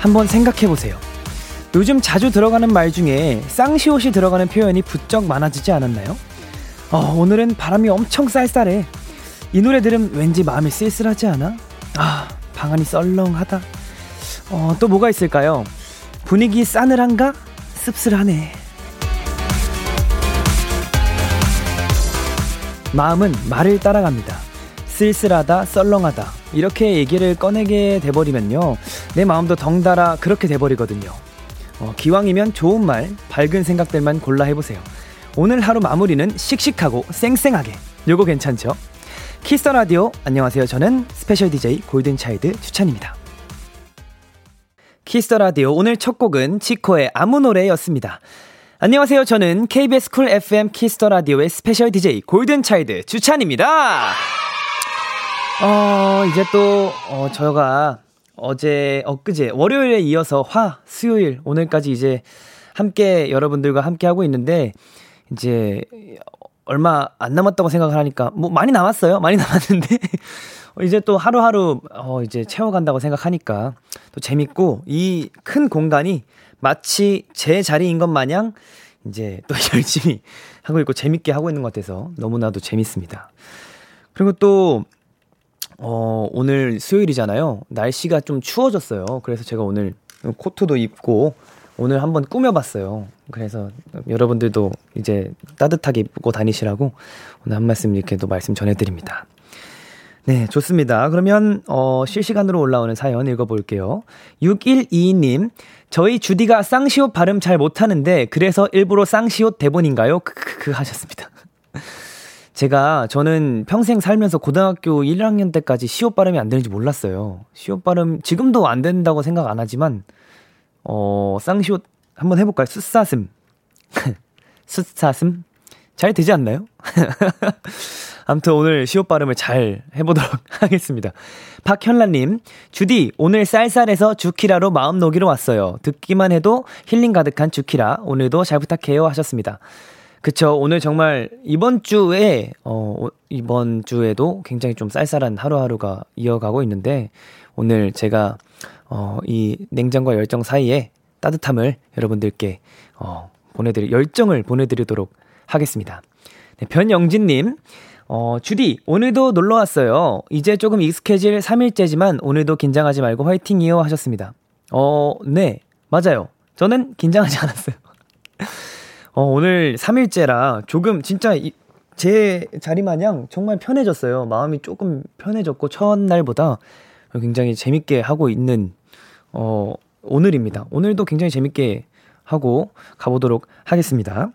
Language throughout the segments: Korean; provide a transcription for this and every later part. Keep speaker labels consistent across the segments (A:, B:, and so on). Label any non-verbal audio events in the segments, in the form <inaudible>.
A: 한번 생각해 보세요. 요즘 자주 들어가는 말 중에 쌍시옷이 들어가는 표현이 부쩍 많아지지 않았나요? 어, 오늘은 바람이 엄청 쌀쌀해. 이 노래 들으면 왠지 마음이 쓸쓸하지 않아? 아, 방안이 썰렁하다. 어, 또 뭐가 있을까요? 분위기 싸늘한가? 씁쓸하네. 마음은 말을 따라갑니다. 쓸쓸하다, 썰렁하다. 이렇게 얘기를 꺼내게 돼버리면요. 내 마음도 덩달아 그렇게 돼버리거든요. 어, 기왕이면 좋은 말, 밝은 생각들만 골라 해보세요. 오늘 하루 마무리는 씩씩하고 쌩쌩하게. 요거 괜찮죠? 키스터 라디오, 안녕하세요. 저는 스페셜 DJ 골든차이드 추찬입니다. 키스터 라디오 오늘 첫 곡은 지코의 아무 노래였습니다. 안녕하세요. 저는 KBS 쿨 FM 키스터 라디오의 스페셜 DJ 골든 차이드 주찬입니다. 어, 이제 또 어, 저가 어제 엊그제 월요일에 이어서 화, 수요일 오늘까지 이제 함께 여러분들과 함께 하고 있는데 이제 얼마 안 남았다고 생각을 하니까 뭐 많이 남았어요. 많이 <laughs> 남았는데 어, 이제 또 하루하루 어 이제 채워간다고 생각하니까 또 재밌고 이 큰 공간이 마치 제 자리인 것 마냥 이제 또 <laughs> 열심히 하고 있고 재밌게 하고 있는 것 같아서 너무나도 재밌습니다. 그리고 또 어, 오늘 수요일이잖아요. 날씨가 좀 추워졌어요. 그래서 제가 오늘 코트도 입고 오늘 한번 꾸며봤어요. 그래서 여러분들도 이제 따뜻하게 입고 다니시라고 오늘 한 말씀 이렇게 또 말씀 전해드립니다. 네, 좋습니다. 그러면, 어, 실시간으로 올라오는 사연 읽어볼게요. 6122님, 저희 주디가 쌍시옷 발음 잘 못하는데, 그래서 일부러 쌍시옷 대본인가요? 크크크 하셨습니다. 제가 저는 평생 살면서 고등학교 1학년 때까지 시옷 발음이 안 되는지 몰랐어요. 시옷 발음 지금도 안 된다고 생각 안 하지만 어 쌍시옷 한번 해볼까요? 숫사슴, 숫사슴 잘 되지 않나요? <laughs> 아무튼 오늘 시옷 발음을 잘 해보도록 <laughs> 하겠습니다. 박현란님, 주디 오늘 쌀쌀해서 주키라로 마음 녹이러 왔어요. 듣기만 해도 힐링 가득한 주키라 오늘도 잘 부탁해요 하셨습니다. 그쵸. 오늘 정말 이번 주에, 어, 오- 이번 주에도 굉장히 좀 쌀쌀한 하루하루가 이어가고 있는데, 오늘 제가, 어, 이 냉장과 열정 사이에 따뜻함을 여러분들께, 어, 보내드릴, 열정을 보내드리도록 하겠습니다. 네, 변영진님, 어, 주디, 오늘도 놀러 왔어요. 이제 조금 익숙해질 3일째지만 오늘도 긴장하지 말고 화이팅이요 하셨습니다. 어, 네, 맞아요. 저는 긴장하지 <laughs> 않았어요. 어, 오늘 3일째라 조금 진짜 이, 제 자리 마냥 정말 편해졌어요. 마음이 조금 편해졌고 첫날보다 굉장히 재밌게 하고 있는 어, 오늘입니다. 오늘도 굉장히 재밌게 하고 가보도록 하겠습니다.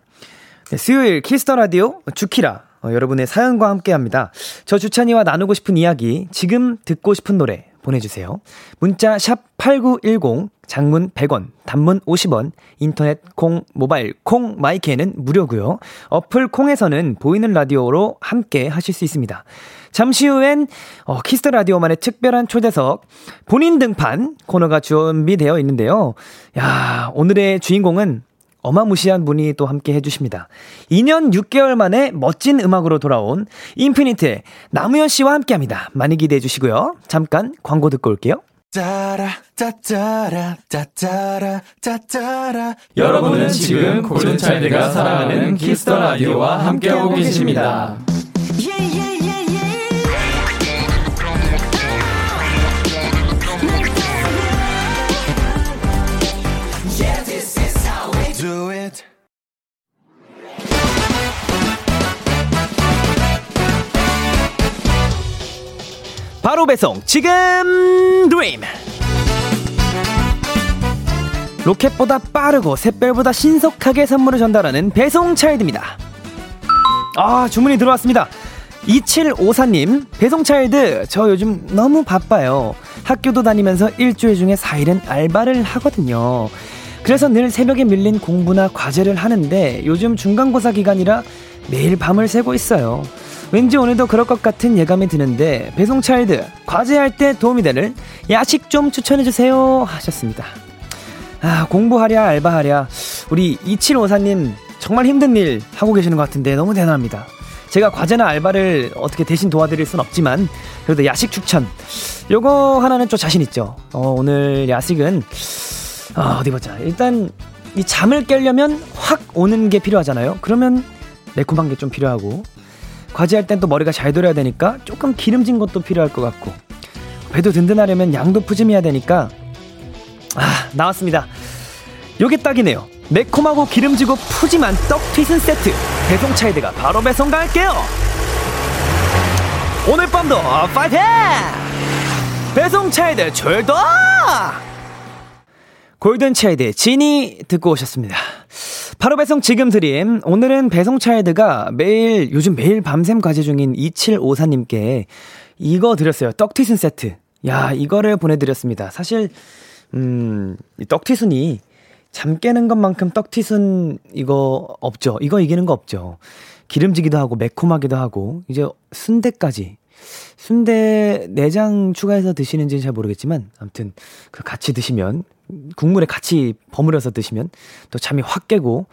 A: 네, 수요일 키스터 라디오 주키라 어, 여러분의 사연과 함께합니다. 저 주찬이와 나누고 싶은 이야기 지금 듣고 싶은 노래 보내주세요. 문자 샵 #8910 장문 100원, 단문 50원, 인터넷 콩, 모바일 콩, 마이케는 무료고요. 어플 콩에서는 보이는 라디오로 함께 하실 수 있습니다. 잠시 후엔 어, 키스터 라디오만의 특별한 초대석 본인 등판 코너가 준비되어 있는데요. 야 오늘의 주인공은 어마무시한 분이 또 함께 해주십니다. 2년 6개월 만에 멋진 음악으로 돌아온 인피니트의 남우현 씨와 함께 합니다. 많이 기대해 주시고요. 잠깐 광고 듣고 올게요.
B: 짜라 짜짜라 짜짜라 짜짜라
C: 여러분은 지금 골든차일드가 사랑하는 키스터 라디오와 함께하고 계십니다.
B: Do it
A: 바로 배송 지금 드림 로켓보다 빠르고 샛별보다 신속하게 선물을 전달하는 배송 차일드입니다 아 주문이 들어왔습니다 2754님 배송 차일드 저 요즘 너무 바빠요 학교도 다니면서 일주일 중에 4일은 알바를 하거든요 그래서 늘 새벽에 밀린 공부나 과제를 하는데 요즘 중간고사 기간이라 매일 밤을 새고 있어요. 왠지 오늘도 그럴 것 같은 예감이 드는데 배송 차일드 과제할 때 도움이 되는 야식 좀 추천해 주세요 하셨습니다. 아 공부하랴 알바하랴 우리 2754님 정말 힘든 일 하고 계시는 것 같은데 너무 대단합니다. 제가 과제나 알바를 어떻게 대신 도와드릴 순 없지만 그래도 야식 추천 요거 하나는 좀 자신 있죠. 어, 오늘 야식은 아, 어디 보자. 일단 이 잠을 깨려면 확 오는 게 필요하잖아요. 그러면 매콤한 게 좀 필요하고 과제할 땐 또 머리가 잘 돌아야 되니까 조금 기름진 것도 필요할 것 같고 배도 든든하려면 양도 푸짐해야 되니까 아 나왔습니다. 요게 딱이네요. 매콤하고 기름지고 푸짐한 떡 튀순 세트 배송 차이드가 바로 배송 갈게요. 오늘 밤도 아, 파이팅! 배송 차이드 출동! 골든 차이드 진이 듣고 오셨습니다. 바로 배송 지금 드림. 오늘은 배송 차이드가 매일, 요즘 매일 밤샘 과제 중인 2754님께 이거 드렸어요. 떡튀순 세트. 야, 이거를 보내드렸습니다. 사실, 음, 이 떡튀순이 잠 깨는 것만큼 떡튀순 이거 없죠. 이거 이기는 거 없죠. 기름지기도 하고 매콤하기도 하고 이제 순대까지 순대 내장 추가해서 드시는지는 잘 모르겠지만 아무튼 그 같이 드시면 국물에 같이 버무려서 드시면 또 잠이 확 깨고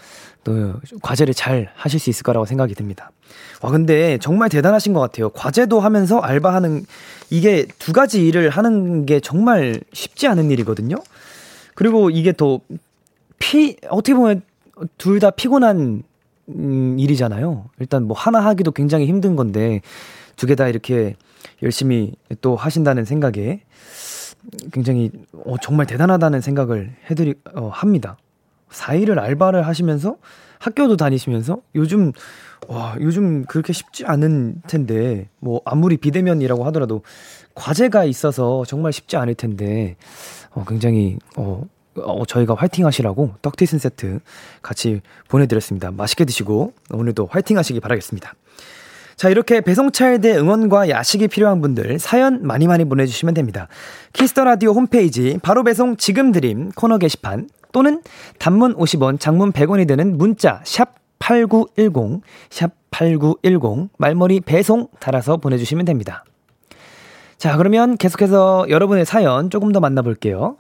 A: 또 과제를 잘 하실 수 있을 거라고 생각이 듭니다. 와 근데 정말 대단하신 것 같아요. 과제도 하면서 알바하는 이게 두 가지 일을 하는 게 정말 쉽지 않은 일이거든요. 그리고 이게 또 피, 어떻게 보면 둘 다 피곤한 음, 일이잖아요. 일단 뭐 하나 하기도 굉장히 힘든 건데 두 개 다 이렇게 열심히 또 하신다는 생각에 굉장히 어, 정말 대단하다는 생각을 해드리 어, 합니다. 4일을 알바를 하시면서 학교도 다니시면서 요즘 와 요즘 그렇게 쉽지 않은 텐데 뭐 아무리 비대면이라고 하더라도 과제가 있어서 정말 쉽지 않을 텐데 어, 굉장히 어, 어, 저희가 화이팅 하시라고 떡튀순 세트 같이 보내드렸습니다. 맛있게 드시고 오늘도 화이팅 하시기 바라겠습니다. 자, 이렇게 배송차일대 응원과 야식이 필요한 분들 사연 많이 많이 보내주시면 됩니다. 키스터 라디오 홈페이지 바로 배송 지금 드림 코너 게시판 또는 단문 50원, 장문 100원이 되는 문자 샵 8910, 샵 8910 말머리 배송 달아서 보내주시면 됩니다. 자, 그러면 계속해서 여러분의 사연 조금 더 만나볼게요.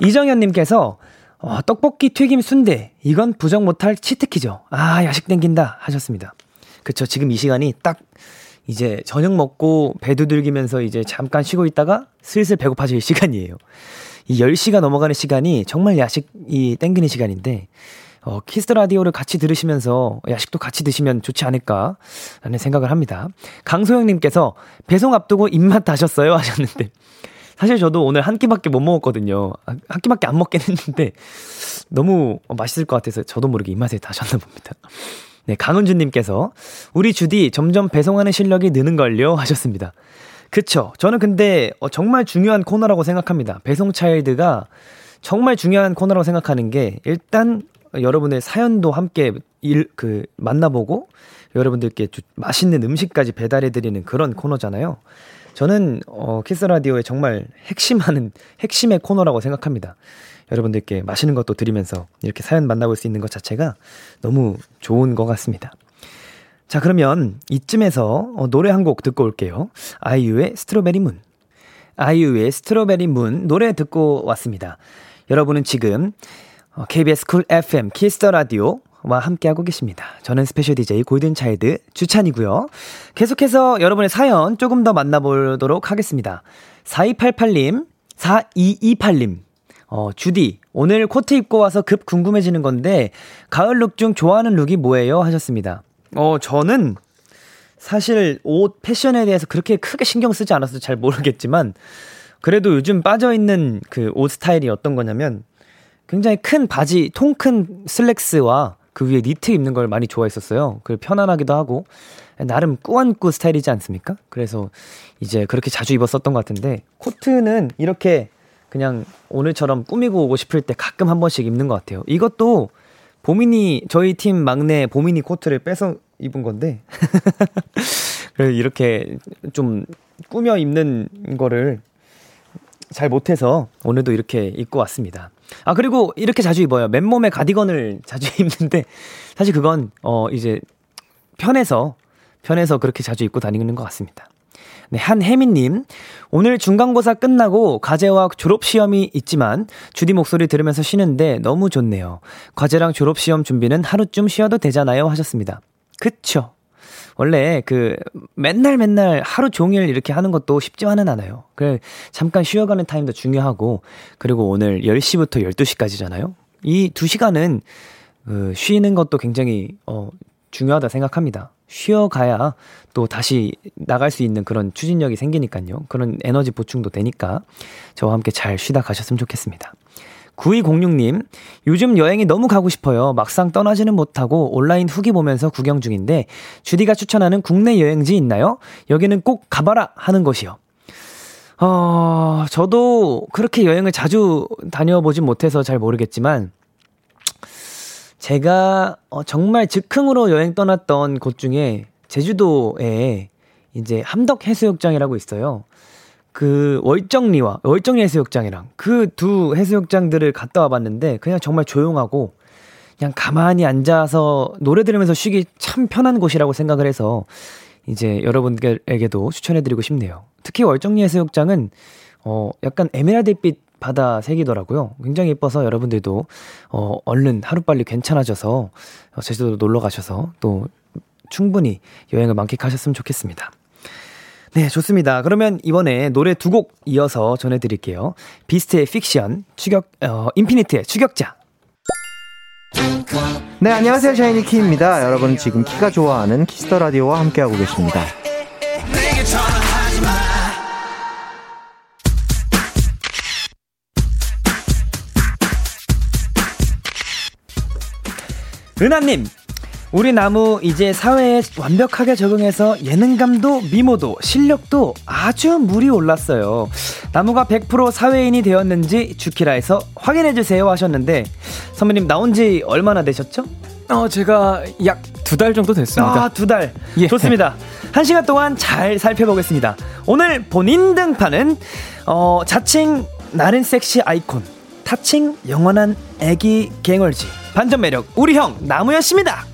A: 이정현님께서 어, 떡볶이 튀김 순대 이건 부정 못할 치트키죠. 아 야식 땡긴다 하셨습니다. 그쵸 지금 이 시간이 딱 이제 저녁 먹고 배 두들기면서 이제 잠깐 쉬고 있다가 슬슬 배고파질 <laughs> 시간이에요. 이 10시가 넘어가는 시간이 정말 야식이 땡기는 시간인데 어, 키스 라디오를 같이 들으시면서 야식도 같이 드시면 좋지 않을까라는 생각을 합니다. 강소영님께서 배송 앞두고 입맛 다셨어요 하셨는데 사실 저도 오늘 한 끼밖에 못 먹었거든요. 아, 한 끼밖에 안 먹긴 했는데 너무 어, 맛있을 것 같아서 저도 모르게 입맛에 다셨나 봅니다. 네, 강은주님께서 우리 주디 점점 배송하는 실력이 느는 걸요 하셨습니다. 그쵸. 저는 근데 어, 정말 중요한 코너라고 생각합니다. 배송 차일드가 정말 중요한 코너라고 생각하는 게 일단 여러분의 사연도 함께 일, 그 만나보고 여러분들께 주- 맛있는 음식까지 배달해드리는 그런 코너잖아요. 저는 어, 키스 라디오의 정말 핵심하는 핵심의 코너라고 생각합니다. 여러분들께 맛있는 것도 드리면서 이렇게 사연 만나볼 수 있는 것 자체가 너무 좋은 것 같습니다. 자 그러면 이쯤에서 어, 노래 한 곡 듣고 올게요. 아이유의 스트로베리 문. 아이유의 스트로베리 문 노래 듣고 왔습니다. 여러분은 지금 어, KBS 쿨 FM 키스터 라디오와 함께하고 계십니다. 저는 스페셜 DJ 골든차일드 주찬이고요. 계속해서 여러분의 사연 조금 더 만나보도록 하겠습니다. 4288님, 4228님, 어, 주디, 오늘 코트 입고 와서 급 궁금해지는 건데, 가을 룩 중 좋아하는 룩이 뭐예요? 하셨습니다. 어, 저는 사실 옷 패션에 대해서 그렇게 크게 신경 쓰지 않아서 잘 모르겠지만 그래도 요즘 빠져 있는 그 옷 스타일이 어떤 거냐면 굉장히 큰 바지, 통 큰 슬랙스와 그 위에 니트 입는 걸 많이 좋아했었어요. 그 편안하기도 하고 나름 꾸안꾸 스타일이지 않습니까? 그래서 이제 그렇게 자주 입었었던 것 같은데 코트는 이렇게 그냥 오늘처럼 꾸미고 오고 싶을 때 가끔 한 번씩 입는 것 같아요. 이것도 보민이 저희 팀 막내 보민이 코트를 빼서 입은 건데 <laughs> 그래서 이렇게 좀 꾸며 입는 거를 잘 못해서 오늘도 이렇게 입고 왔습니다. 아, 그리고 이렇게 자주 입어요. 맨몸에 가디건을 <laughs> 자주 입는데, 사실 그건, 어, 이제, 편해서, 편해서 그렇게 자주 입고 다니는 것 같습니다. 네, 한혜민님. 오늘 중간고사 끝나고 과제와 졸업시험이 있지만, 주디 목소리 들으면서 쉬는데 너무 좋네요. 과제랑 졸업시험 준비는 하루쯤 쉬어도 되잖아요. 하셨습니다. 그쵸. 원래 그 맨날 맨날 하루 종일 이렇게 하는 것도 쉽지만은 않아요. 그 잠깐 쉬어가는 타임도 중요하고 그리고 오늘 10시부터 12시까지잖아요. 이 2시간은 그 쉬는 것도 굉장히 어 중요하다 생각합니다. 쉬어가야 또 다시 나갈 수 있는 그런 추진력이 생기니까요. 그런 에너지 보충도 되니까 저와 함께 잘 쉬다 가셨으면 좋겠습니다. 9206님, 요즘 여행이 너무 가고 싶어요. 막상 떠나지는 못하고 온라인 후기 보면서 구경 중인데, 주디가 추천하는 국내 여행지 있나요? 여기는 꼭 가봐라! 하는 곳이요. 어, 저도 그렇게 여행을 자주 다녀보진 못해서 잘 모르겠지만, 제가 어, 정말 즉흥으로 여행 떠났던 곳 중에 제주도에 이제 함덕 해수욕장이라고 있어요. 그 월정리와 월정리 해수욕장이랑 그 두 해수욕장들을 갔다 와봤는데 그냥 정말 조용하고 그냥 가만히 앉아서 노래 들으면서 쉬기 참 편한 곳이라고 생각을 해서 이제 여러분들에게도 추천해드리고 싶네요. 특히 월정리 해수욕장은 어 약간 에메랄드빛 바다 색이더라고요. 굉장히 예뻐서 여러분들도 어 얼른 하루빨리 괜찮아져서 어, 제주도 놀러 가셔서 또 충분히 여행을 만끽하셨으면 좋겠습니다. 네, 좋습니다. 그러면 이번에 노래 두 곡 이어서 전해드릴게요. 비스트의 픽션, 추격, 어, 인피니트의 추격자.
D: 네, 안녕하세요. 샤이니 키입니다. 여러분 지금 키가 좋아하는 키스터 라디오와 함께하고 계십니다.
A: 은하님, 우리 나무 이제 사회에 완벽하게 적응해서 예능감도 미모도 실력도 아주 물이 올랐어요. 나무가 100% 사회인이 되었는지 주키라에서 확인해주세요 하셨는데 선배님 나온 지 얼마나 되셨죠?
E: 어, 제가 약 두 달 정도 됐습니다.
A: 아, 두 달.
E: 예.
A: 좋습니다. 한 시간 동안 잘 살펴보겠습니다. 오늘 본인 등판은, 어, 자칭 나른 섹시 아이콘, 타칭 영원한 애기 갱얼지, 반전 매력, 우리 형, 나무현 씨입니다.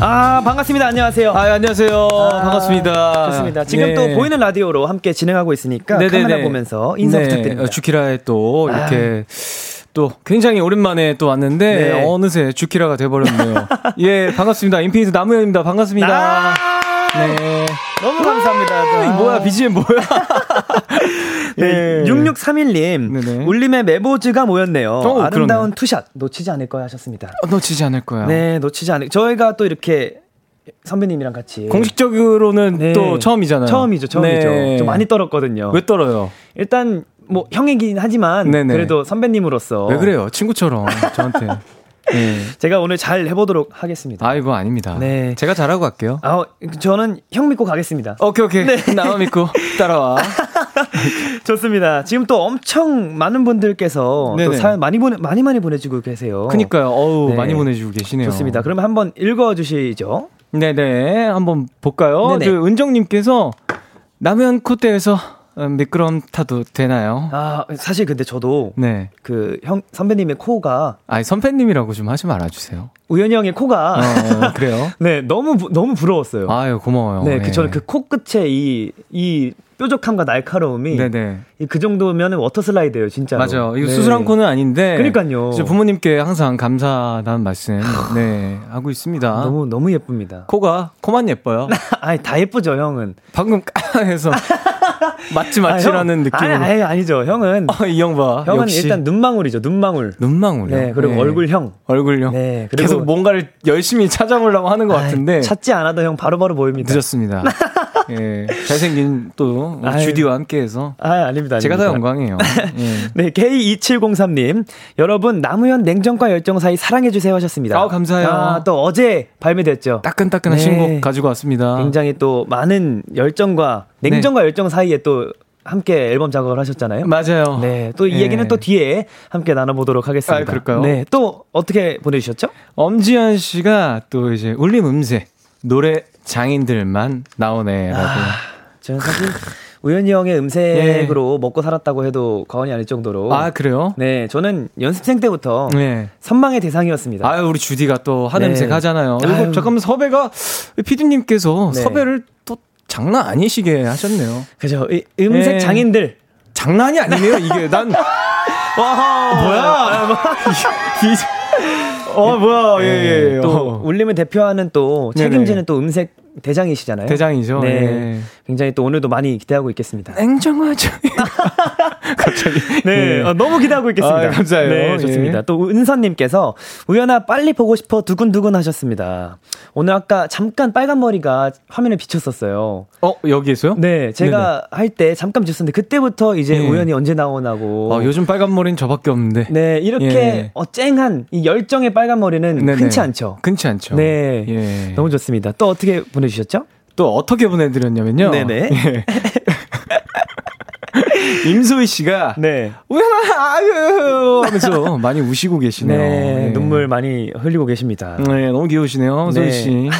A: 아, 반갑습니다. 안녕하세요.
E: 아, 안녕하세요. 반갑습니다.
A: 좋습니다. 지금
E: 네.
A: 또 보이는 라디오로 함께 진행하고 있으니까 카메라 보면서 인사
E: 네,
A: 부탁드립니다. 아.
E: 어, 주키라에 또 이렇게 또 굉장히 오랜만에 또 왔는데
A: 네.
E: 어느새 주키라가
A: <laughs>
E: 돼버렸네요. 예, 반갑습니다. 인피니트 나무현입니다. 반갑습니다.
A: 아,
E: 네.
A: 너무 감사합니다.
E: 아, 뭐야
A: <laughs>
E: BGM 뭐야?
A: 네.
E: 네.
A: 6631님,
E: 네네.
A: 울림의 메보즈가 모였네요.
E: 어,
A: 아름다운
E: 그러네.
A: 투샷 놓치지 않을 거야 하셨습니다.
E: 놓치지 않을 거야.
A: 네, 놓치지 않을. 저희가 또 이렇게 선배님이랑 같이
E: 공식적으로는
A: 네.
E: 또 처음이잖아요.
A: 처음이죠, 처음이죠.
E: 네.
A: 좀 많이 떨었거든요.
E: 왜 떨어요?
A: 일단 뭐 형이긴 하지만
E: 네네.
A: 그래도 선배님으로서
E: 왜 그래요? 친구처럼
A: <laughs>
E: 저한테. 네.
A: 제가 오늘 잘 해보도록 하겠습니다.
E: 아이고 아닙니다.
A: 네.
E: 제가 잘하고 갈게요.
A: 아, 저는 형 믿고 가겠습니다.
E: 아, 오케이 오케이.
A: 네.
E: 나만 믿고
A: <laughs>
E: 따라와.
A: 좋습니다. 지금 또 엄청 많은 분들께서 또
E: 네네.
A: 사연 많이 보내 많이 많이 보내주고 계세요.
E: 그니까요. 어우
A: 네.
E: 많이 보내주고 계시네요.
A: 좋습니다. 그러면 한번 읽어주시죠.
E: 네네 한번 볼까요?
A: 네네.
E: 그 은정님께서 남현 콧대에서 음, 미끄럼 타도 되나요?
A: 아, 사실 근데 저도
E: 네.
A: 그 형 선배님의 코가
E: 아니 선배님이라고 좀 하지 말아주세요.
A: 우연히 형의
E: 어,
A: 코가
E: 어, 그래요?
A: <laughs> 네 너무 부- 너무 부러웠어요.
E: 아유 고마워요.
A: 네,
E: 예.
A: 그 저는 그 코끝의 이 이 뾰족함과 날카로움이
E: 네네.
A: 이그 정도면은 워터 슬라이드예요, 진짜로.
E: 맞아요. 이거
A: 네.
E: 수술한 코는 아닌데.
A: 그러니까요.
E: 이제 부모님께 항상 감사하다는 말씀, 네, 하고 있습니다.
A: 너무 너무 예쁩니다. <laughs>
E: 코가, 코만 예뻐요.
A: 아니 다 예쁘죠, 형은.
E: 방금
A: <laughs>
E: 까해서 맞지 맞지라는
A: 아, 형-
E: 느낌으로.
A: 아니, 아니 아니죠, 형은.
E: 어, 이형 봐.
A: 형은
E: 역시.
A: 일단 눈망울이죠, 눈망울.
E: 눈망울이요.
A: 네, 그리고 얼굴형.
E: 얼굴요.
A: 네, 그리고-
E: 계속 뭔가를 열심히 찾아보려고 하는 것 같은데.
A: 아이, 찾지 않아도 형 바로바로 보입니다. <laughs>
E: 늦었습니다. 예. 잘생긴 또 우리
A: 아유.
E: 주디와 함께해서
A: 아, 아닙니다.
E: 제가 더
A: 아닙니다.
E: 영광이에요.
A: <laughs>
E: 예.
A: 네, K2703님. 여러분, 남우현 냉정과 열정 사이 사랑해주세요 하셨습니다.
E: 아우, 감사해요.
A: 아, 또 어제 발매됐죠.
E: 따끈따끈한
A: 네.
E: 신곡 가지고 왔습니다.
A: 굉장히 또 많은 열정과, 냉정과
E: 네.
A: 열정 사이에 또 함께 앨범 작업을 하셨잖아요.
E: 맞아요.
A: 네, 또 이
E: 예.
A: 얘기는 또 뒤에 함께 나눠보도록 하겠습니다.
E: 아, 그럴까요?
A: 네, 또 어떻게 보내주셨죠?
E: 엄지현 씨가 또 이제
A: 아,
E: 울림 음색 노래 장인들만 나오네라고.
A: 저는 사실 우연히 형의 음색으로 먹고 살았다고 해도 과언이 아닐 정도로.
E: 네. 아 그래요?
A: 네, 저는 연습생 때부터
E: 네.
A: 선망의 대상이었습니다.
E: 아유 우리 주디가 또 하냄색
A: 네.
E: 하잖아요.
A: 아유.
E: 그리고 잠깐만 섭외가 피디님께서
A: 네.
E: 섭외를 또 장난 아니시게 하셨네요.
A: 그죠? 이 음색
E: 네.
A: 장인들.
E: 장난이 아니네요
A: <laughs>
E: 이게 난. 와 <laughs> 뭐야? 어 뭐야 예예. 예,
A: 또
E: 어.
A: 울림을 대표하는 또
E: 네네.
A: 책임지는 또 음색 대장이시잖아요.
E: 대장이죠.
A: 네.
E: 예.
A: 굉장히 또 오늘도 많이 기대하고 <laughs> 있겠습니다.
E: 냉정하죠. 갑자기.
A: 네, 어, 너무 기대하고 있겠습니다.
E: 아, 감사해요.
A: 네,
E: 예.
A: 좋습니다. 또 은선님께서 우연아 빨리 보고 싶어 두근두근 하셨습니다. 오늘 아까 잠깐 빨간 머리가 화면에 비쳤었어요.
E: 어 여기에서요?
A: 네, 제가 할 때 잠깐 비쳤었는데 그때부터 이제
E: 예.
A: 우연히 언제 나오나고.
E: 어, 요즘 빨간 머리는 저밖에 없는데.
A: 네, 이렇게
E: 예.
A: 어, 쨍한 이 열정의 빨간 머리는
E: 네네.
A: 흔치 않죠.
E: 흔치 않죠.
A: 네,
E: 예.
A: 너무 좋습니다. 또 어떻게 보내주셨죠?
E: 또 어떻게 보내드렸냐면요.
A: 네네.
E: 예. <laughs> 임소희 씨가
A: 네.
E: 우연아 아유 하면서 많이 우시고
A: 네,
E: 계시네요. 예.
A: 눈물 많이 흘리고 계십니다.
E: 네 너무 귀여우시네요
A: 네.
E: 소희 씨.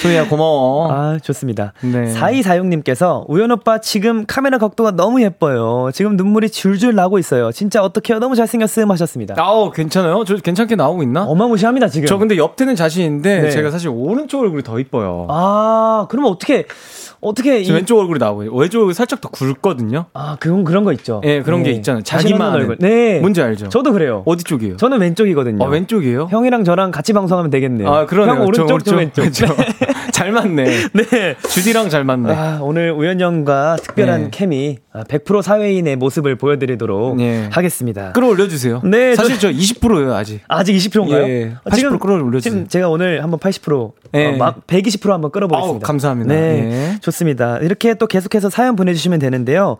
E: 소희야 고마워.
A: 아, 좋습니다.
E: 네.
A: 4246님께서, 우연오빠 지금 카메라 각도가 너무 예뻐요. 지금 눈물이 줄줄 나고 있어요. 진짜 어떡해요? 너무 잘생겼음 하셨습니다.
E: 아우 괜찮아요? 저 괜찮게 나오고 있나?
A: 어마무시합니다, 지금.
E: 저 근데 옆태는 자신 있는데
A: 네.
E: 제가 사실 오른쪽 얼굴이 더 이뻐요.
A: 아, 그러면 어떻게, 어떻게. 이-
E: 지금 왼쪽 얼굴이 나오고 있어요. 왼쪽 얼굴이 살짝 더 굵거든요.
A: 아, 그건 그런 거 있죠. 네.
E: 예, 그런 게 있잖아요.
A: 자신만의
E: 자기만의.
A: 얼굴. 네.
E: 뭔지 알죠?
A: 저도 그래요.
E: 어디 쪽이에요?
A: 저는 왼쪽이거든요.
E: 아 왼쪽이에요?
A: 형이랑 저랑 같이 방송하면 되겠네요.
E: 아 그러네요.
A: 형 오른쪽, 저 왼쪽. <laughs>
E: 잘 <laughs> 맞네.
A: 네.
E: 주디랑 잘 맞네.
A: 아, 오늘 우연형과 특별한
E: 네.
A: 케미, 아, 100% 사회인의 모습을 보여드리도록
E: 네.
A: 하겠습니다.
E: 끌어올려주세요.
A: 네,
E: 사실 저 20%예요 아직.
A: 아직 20%인가요?
E: 예, 80% 끌어올려주세요.
A: 지금 제가 오늘 한번 80%,
E: 예.
A: 어, 막 120% 한번 끌어보겠습니다.
E: 아우, 감사합니다.
A: 네,
E: 예.
A: 좋습니다. 이렇게 또 계속해서 사연 보내주시면 되는데요.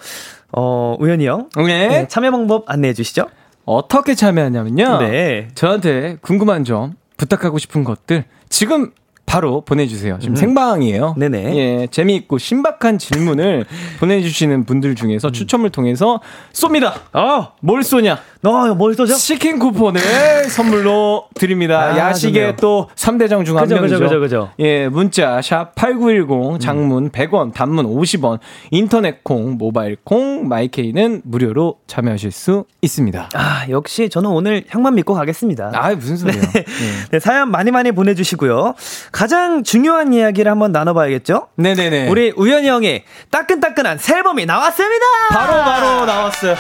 A: 어, 우연이 형.
E: 네.
A: 네, 참여 방법 안내해 주시죠.
E: 어떻게 참여하냐면요.
A: 네.
E: 저한테 궁금한 점, 부탁하고 싶은 것들 지금 바로 보내주세요. 지금 생방이에요.
A: 음. 네네.
E: 예, 재미있고 신박한 질문을 <laughs> 보내주시는 분들
A: 음.
E: 중에서 추첨을 통해서 쏩니다. 아,
A: 어,
E: 뭘 쏘냐?
A: 너, 뭘 또죠?
E: 치킨
A: <laughs>
E: 쿠폰을 선물로 드립니다.
A: 아, 좋네요.
E: 야식의 또 3대장 중 한
A: 그죠, 그죠,
E: 명이죠.
A: 그죠, 음. 그죠.
E: 예, 문자 샵 8910 장문 100원, 단문 50원, 인터넷 콩, 모바일 콩, 마이케이는 무료로 참여하실 수 있습니다.
A: 아, 역시 저는 오늘 형만 믿고 가겠습니다.
E: 아, 무슨
A: <laughs>
E: 소리예요? 예.
A: 네, 사연 많이 많이 보내주시고요. 가장 중요한 이야기를 한번 나눠봐야겠죠?
E: 네네네.
A: 우리 우연이 형의 따끈따끈한 새 앨범이 나왔습니다!
E: 바로 바로 나왔어요.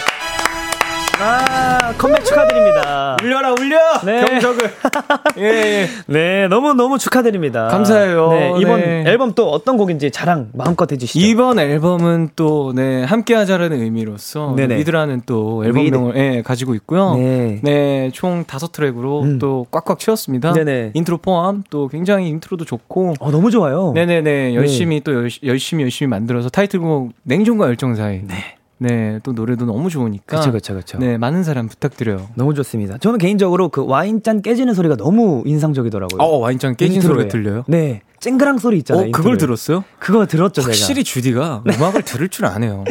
A: 아, 컴백 축하드립니다.
E: 울려라 울려.
A: 네.
E: 경적을. 예. 예.
A: 네, 너무너무 축하드립니다.
E: 감사해요.
A: 네, 이번
E: 네.
A: 앨범 또 어떤 곡인지 자랑 마음껏 해주시죠.
E: <laughs> 이번 앨범은 또, 네, 함께하자라는 의미로서,
A: 네네.
E: 위드라는 또
A: 위드.
E: 앨범명을, 예, 가지고 있고요.
A: 네.
E: 네. 총 다섯 트랙으로
A: 음.
E: 또 꽉꽉 채웠습니다.
A: 네네.
E: 인트로 포함, 또 굉장히 인트로도 좋고,
A: 어, 너무 좋아요.
E: 네네네, 열심히 또 열, 열심히 열심히 만들어서 타이틀곡 냉정과 열정 사이. 네. 또 노래도 너무 좋으니까.
A: 그쵸, 그쵸, 그쵸.
E: 네, 많은 사람 부탁드려요.
A: 너무 좋습니다. 저는 개인적으로 그 와인잔 깨지는 소리가 너무 인상적이더라고요.
E: 어, 와인잔 깨진
A: 인트로에.
E: 소리가 들려요?
A: 네. 쨍그랑 소리 있잖아요.
E: 어, 그걸
A: 인트로에.
E: 들었어요?
A: 그거 들었죠, 제가.
E: 확실히 주디가 음악을 들을 줄 아네요.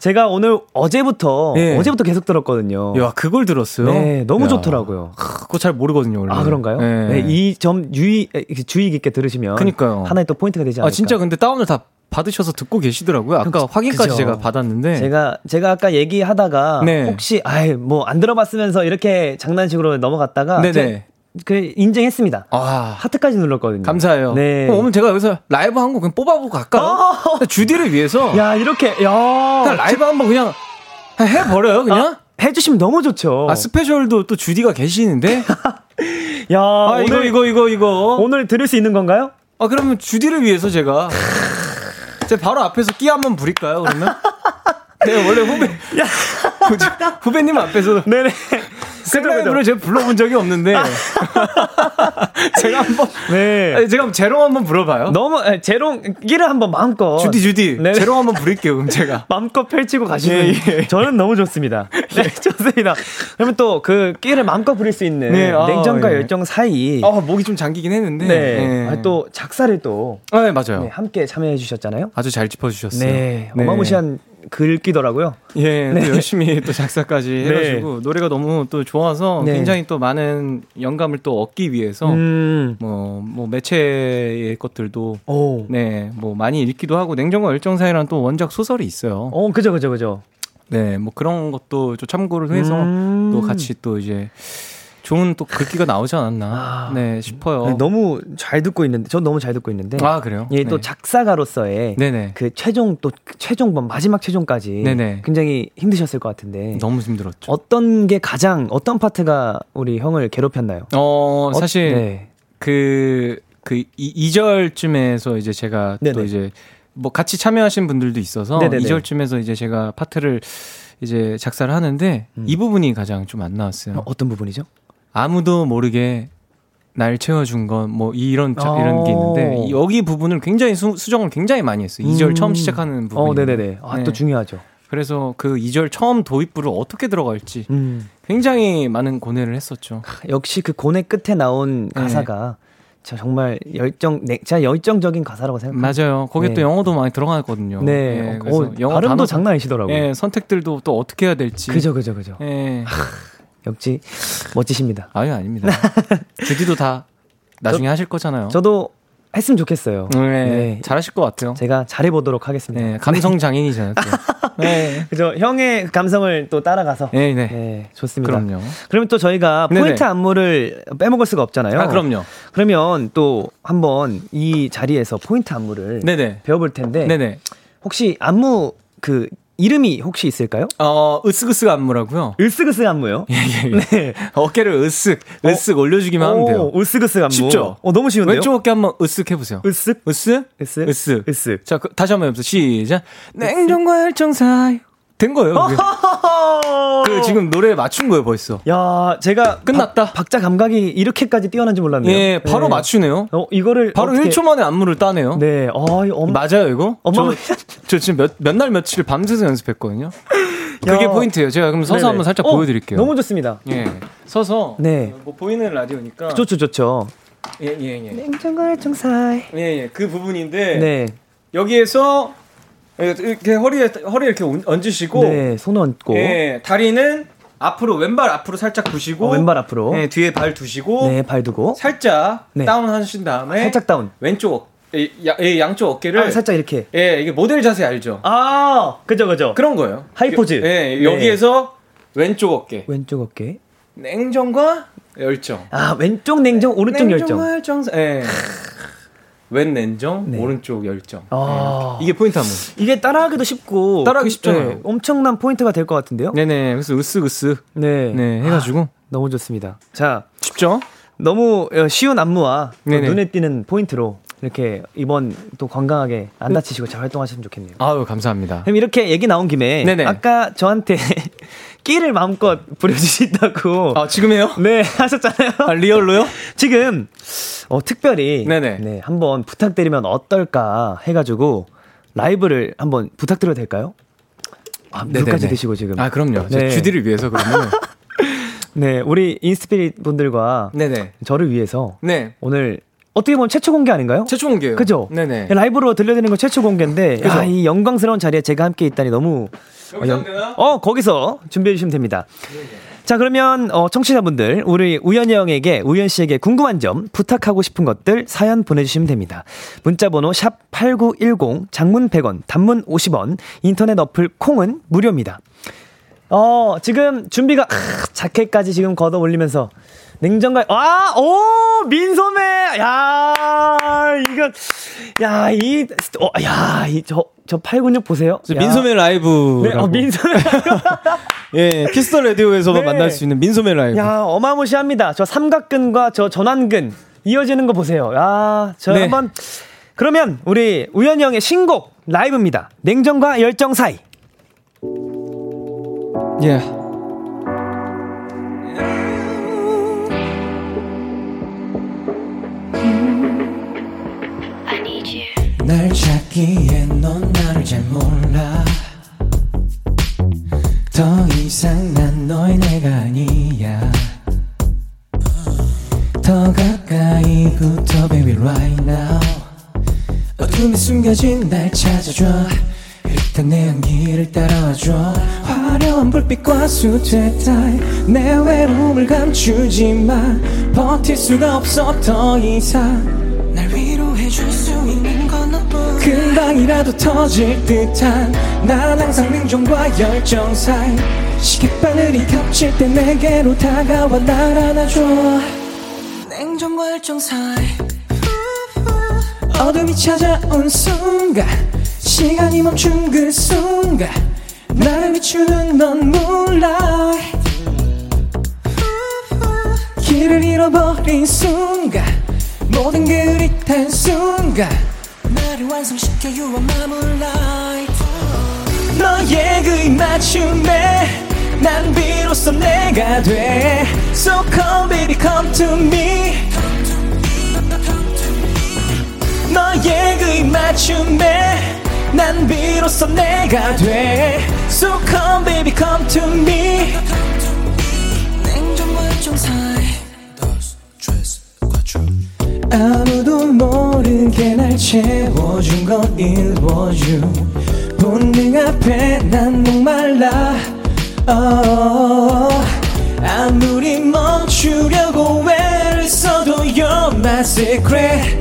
A: 제가 오늘 어제부터,
E: 예.
A: 어제부터 계속 들었거든요.
E: <laughs> 야, 그걸 들었어요?
A: 네, 너무
E: 야.
A: 좋더라고요.
E: 크, 그거 잘 모르거든요, 원래.
A: 아 그런가요?
E: 네.
A: 네. 이 점 유의 에, 그 주의 깊게 들으시면
E: 그니까요.
A: 하나의 또 포인트가 되지 않을까.
E: 아, 진짜 근데 다운을 다 받으셔서 듣고 계시더라고요. 아까
A: 그쵸,
E: 확인까지
A: 그죠.
E: 제가 받았는데.
A: 제가 제가 아까 얘기하다가
E: 네.
A: 혹시 아예 뭐 안 들어봤으면서 이렇게 장난식으로 넘어갔다가
E: 네네.
A: 제가 그 인증했습니다.
E: 아,
A: 하트까지 눌렀거든요.
E: 감사해요. 어,
A: 네.
E: 그럼 오늘 제가 여기서 라이브 한 곡 그냥 뽑아보고 갈까요?
A: 어!
E: 주디를 위해서.
A: 야 이렇게 야
E: 그냥 라이브 한번 그냥 해버려요, 그냥?
A: 아, 해주시면 너무 좋죠.
E: 아, 스페셜도 또
A: <laughs>
E: 주디가 계시는데?
A: 야
E: 아,
A: 오늘
E: 이거, 이거, 이거, 이거.
A: 오늘 들을 수 있는 건가요?
E: 아, 그러면 주디를 위해서 제가. 제 바로 앞에서 끼 한번 부릴까요,
A: <laughs>
E: 그러면? 네, 원래 후배. <laughs> 후배님 앞에서 <laughs>
A: 네네. 그죠, 그죠.
E: 생라이브를 제가 불러본 적이
A: <laughs>
E: 없는데. 제가 한 번.
A: 네.
E: 아니, 제가 한번 제롱 한번 불어봐요.
A: 너무 에, 제롱 끼를 한번 마음껏
E: 주디, 주디.
A: 네.
E: 제롱 한번 부릴게요, 그럼 제가.
A: 마음껏 펼치고 가시는
E: 예, 예.
A: 저는 너무
E: <laughs>
A: 좋습니다. 네, 좋습니다. 그러면 또 그 끼를 마음껏 부릴 수 있는
E: 네, 아,
A: 냉정과
E: 예.
A: 열정 사이
E: 아, 목이 좀 잠기긴 했는데.
A: 네. 아, 또 작사를 또
E: 네, 맞아요.
A: 네, 함께 참여해 주셨잖아요.
E: 아주 잘 짚어주셨어요.
A: 네, 어마무시한 네. 긁기더라고요.
E: 예, 또 열심히 또 작사까지 해가지고 노래가 너무 또 좋아서
A: 네.
E: 굉장히 또 많은 영감을 또 얻기 위해서
A: 음.
E: 뭐, 뭐 매체의 것들도
A: 오.
E: 네, 뭐 많이 읽기도 하고 냉정과 열정 사이라는 또 원작 소설이 있어요.
A: 어, 그죠, 그죠, 그죠.
E: 네, 뭐 그런 것도 좀 참고를 해서
A: 음.
E: 또 같이 또 이제 좋은 또 글귀가 나오지 않았나
A: 아.
E: 네 싶어요.
A: 네, 너무 잘 듣고 있는데, 전 너무 잘 듣고 있는데.
E: 아 그래요?
A: 예, 또
E: 네.
A: 작사가로서의
E: 네네.
A: 그 최종 또 최종 번 마지막 최종까지
E: 네네.
A: 굉장히 힘드셨을 것 같은데
E: 너무 힘들었죠.
A: 어떤 게 가장 어떤 파트가 우리 형을 괴롭혔나요?
E: 어,
A: 어,
E: 사실
A: 네.
E: 그, 그, 이 2절쯤에서 이제 제가 또
A: 네네.
E: 이제 뭐 같이 참여하신 분들도 있어서
A: 네네네.
E: 이 2절쯤에서 이제 제가 파트를 이제 작사를 하는데 이 부분이 가장 좀 안 나왔어요.
A: 음. 어, 어떤 부분이죠?
E: 아무도 모르게 날 채워준 건 뭐 이런, 자-
A: 아.
E: 이런 게 있는데 이- 여기 부분을 굉장히 수, 수정을 굉장히 많이 했어요. 이 2절 처음 시작하는 부분.
A: 어, 네네네. 아, 또 중요하죠.
E: 그래서 그 2절 처음 도입부를 어떻게 들어갈지
A: 음.
E: 굉장히 많은 고뇌를 했었죠.
A: 역시 그 고뇌 끝에 나온
E: 네.
A: 가사가 저 정말 열정, 네, 진짜 열정적인 가사라고 생각합니다.
E: 맞아요. 거기에
A: 네.
E: 또 영어도 많이 들어가거든요.
A: 네.
E: 예,
A: 어,
E: 그래서
A: 어, 발음도
E: 단어-
A: 장난 아니시더라고요.
E: 예, 선택들도 또 어떻게 해야 될지.
A: 그죠, 그죠, 그죠.
E: 예.
A: 역시 멋지십니다.
E: 아유,
A: <laughs>
E: 아닙니다. 주디도 다 나중에 하실 거잖아요.
A: 저도 했으면 좋겠어요.
E: 예,
A: 네.
E: 어? 잘하실 것 같아요.
A: 제가 잘해보도록 하겠습니다.
E: 예, 감성 장인이잖아요.
A: <laughs>
E: 또. 예.
A: 그죠. 형의 그 감성을 또 따라가서.
E: 예, 네.
A: 네, 좋습니다.
E: 그럼요.
A: 러면또 저희가
E: 네네.
A: 포인트 안무를 빼먹을 수가 없잖아요.
E: 아, 그럼요.
A: 그러면 또 한번 이 자리에서 포인트 안무를
E: 네네.
A: 배워볼 텐데
E: 네네.
A: 혹시 안무 그 이름이 혹시 있을까요?
E: 어, 으쓱으쓱 안무라고요.
A: 으스그스 안무요? 네.
E: <laughs> 어깨를 으쓱, 으쓱 올려주기만 예, 하면 돼요.
A: 오, 으스그스 안무.
E: 쉽죠?
A: 어, 너무 쉬운데요?
E: 왼쪽 어깨 한번 으쓱 해보세요.
A: 으쓱?
E: 으쓱?
A: 으쓱?
E: 으쓱.
A: 으쓱.
E: 자, 그, 다시 한번 해보세요. 시작. 냉정과 열정 사이. 된 거예요. 그게. <laughs> <laughs> 그 지금 노래에 맞춘 거예요, 벌써.
A: 야, 제가
E: 끝났다.
A: 박- 박자 감각이 이렇게까지 뛰어난지 몰랐네요.
E: 예, 바로
A: 네.
E: 맞추네요.
A: 어, 이거를
E: 바로
A: 어떻게-
E: 1초 만에 안무를 따네요. 어,
A: 네. 어, 이 엄...
E: 맞아요, 이거?
A: 엄마-
E: 저, <laughs> 저 지금 몇, 몇 날 며칠 밤새서 연습했거든요. 그게
A: 야.
E: 포인트예요. 제가 그럼 서서
A: 네네.
E: 한번 살짝
A: 어,
E: 보여드릴게요.
A: 너무 좋습니다.
E: 예, 서서.
A: 네.
E: 뭐 보이는 라디오니까.
A: 좋죠, 좋죠.
E: 예, 예, 예.
A: 냉정과 정사이.
E: 예, 예. 그 부분인데.
A: 네.
E: 여기에서 이렇게 허리에, 허리 이렇게 온- 얹으시고.
A: 네, 손 얹고.
E: 예, 다리는 앞으로, 왼발 앞으로 살짝 두시고.
A: 어, 왼발 앞으로.
E: 예,
A: 네,
E: 뒤에 발 두시고.
A: 발 두고.
E: 살짝
A: 네.
E: 다운하신 다음에.
A: 살짝 다운.
E: 왼쪽 어- 이- 야- 이 양쪽 어깨를
A: 아, 살짝 이렇게.
E: 예 이게 모델 자세 알죠?
A: 아, 그죠, 그죠.
E: 그런 거예요.
A: 하이포즈.
E: 예
A: 네.
E: 여기에서 왼쪽 어깨
A: 왼쪽 어깨.
E: 냉정과 열정.
A: 아, 왼쪽 냉정, 오른쪽 열정.
E: 냉정과 열정. 사- 예. 왼 냉정,
A: 네.
E: 오른쪽 열정.
A: 아.
E: 예. 이게 포인트 한번.
A: 이게 따라하기도 쉽고.
E: 따라하기 쉽잖아요.
A: 네, 엄청난 포인트가 될 것 같은데요?
E: 네네 그래서 으쓱 으쓱
A: 네.
E: 네 해가지고
A: 너무 좋습니다. 자,
E: 쉽죠?
A: 너무 어, 쉬운 안무와 또
E: 네네.
A: 눈에 띄는 포인트로 이렇게 이번 또 건강하게 안 다치시고 잘 활동하시면 좋겠네요.
E: 아유 감사합니다.
A: 그럼 이렇게 얘기 나온 김에
E: 네네.
A: 아까 저한테 <laughs> 끼를 마음껏 부려주신다고
E: 아 지금 해요?
A: 네 하셨잖아요.
E: 아 리얼로요?
A: <laughs> 지금 어, 특별히
E: 네네.
A: 네, 한번 부탁드리면 어떨까 해가지고 라이브를 한번 부탁드려도 될까요? 아, 물까지
E: 네네네.
A: 드시고 지금.
E: 아 그럼요. 저
A: 네.
E: 주디를 위해서
A: <laughs>
E: 그러면
A: 네, 우리 인스피릿 분들과
E: 네네
A: 저를 위해서
E: 네
A: 오늘 어떻게 보면 최초 공개 아닌가요?
E: 최초 공개예요.
A: 그죠?
E: 네네
A: 라이브로 들려드리는 건 최초 공개인데 야, 이 영광스러운 자리에 제가 함께 있다니 너무
E: 여기서 하면 되나?
A: 어 거기서 준비해 주시면 됩니다. 자 그러면 어, 청취자분들 우리 우연이 형에게 우연 씨에게 궁금한 점 부탁하고 싶은 것들 사연 보내주시면 됩니다. 문자번호 샵 #8910 장문 100원, 단문 50원, 인터넷 어플 콩은 무료입니다. 어 지금 준비가 아, 자켓까지 지금 걷어 올리면서 냉장고에 아오 민소매 야 이거 어, 야이어야이저저 팔근육 보세요 야.
E: 민소매 라이브.
A: 네, 어,
E: <laughs>
A: 민소매
E: 예, 키스터 라디오에서만
A: 네.
E: 만날 수 있는 민소매 라이브.
A: 야 어마무시합니다 저 삼각근과 저 전완근 이어지는 거 보세요 야저
E: 네.
A: 한번 그러면 우리 우연이 형의 신곡 라이브입니다 냉정과 열정 사이
E: 예.
B: 날 찾기에 넌 나를 잘 몰라 더 이상 난 너의 내가 아니야 더 가까이 붙어 baby right now 어둠에 숨겨진 날 찾아줘 일단 내 향기를 따라와줘 화려한 불빛과 수채타임 내 외로움을 감추지만 버틸 수가 없어 더 이상 날 위로해줄 수 있는 건 너뿐 금방이라도 터질 듯한 난 항상 냉정과 열정 사이 시계바늘이 겹칠 때 내게로 다가와 날 안아줘 냉정과 열정 사이 어둠이 찾아온 순간 시간이 멈춘 그 순간 나를 비추는 넌 몰라 길을 잃어버린 순간 모든 게 흐릿한 순간 나를 완성시켜 You are my moonlight 너의 그 입맞춤에 난 비로소 내가 돼 So come baby come to me 너의 그 입맞춤에 난 비로소 내가 돼 So come baby come to me 냉정과 좀 사이 아무도 모르게 날 채워준 건 일워주 본능 앞에 난 목말라 oh. 아무리 멈추려고 애를 써도 You're my secret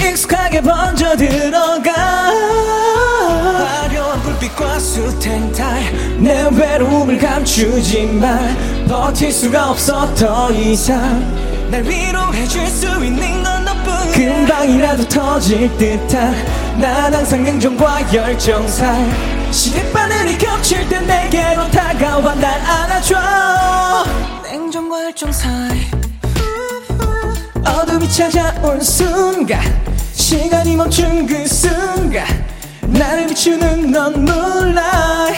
B: 익숙하게 번져 들어가 화려한 불빛과 수텐타임 내 외로움을 감추지만 버틸 수가 없어 더 이상 날 위로해줄 수 있는 건 너뿐 금방이라도 터질 듯한 난 항상 냉정과 열정 사이 시냇바늘이 겹칠 때 내게로 다가와 날 안아줘 냉정과 열정 사이 어둠이 찾아온 순간 시간이 멈춘 그 순간 나를 비추는 넌 몰라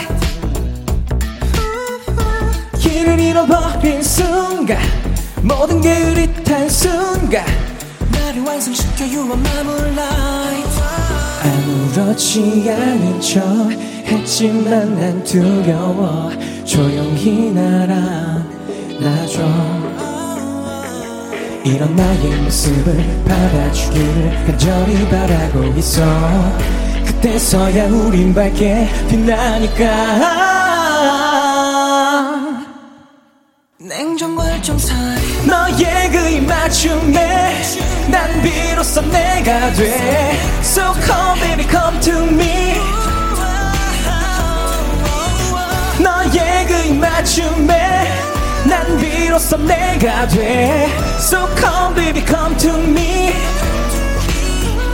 B: 길을 잃어버린 순간 모든 게 흐릿한 순간 나를 완성시켜 You are my moonlight 아무렇지 않은 척 했지만 난 두려워 조용히 날아나줘 이런 나의 모습을 받아주기를 간절히 바라고 있어 그때서야 우린 밝게 빛나니까 냉정과 열정 사이 너의 그 입맞춤에 난 비로소 내가 돼 So come baby come to me 너의 그 입맞춤에 난 비로소 내가 돼 So come baby come to me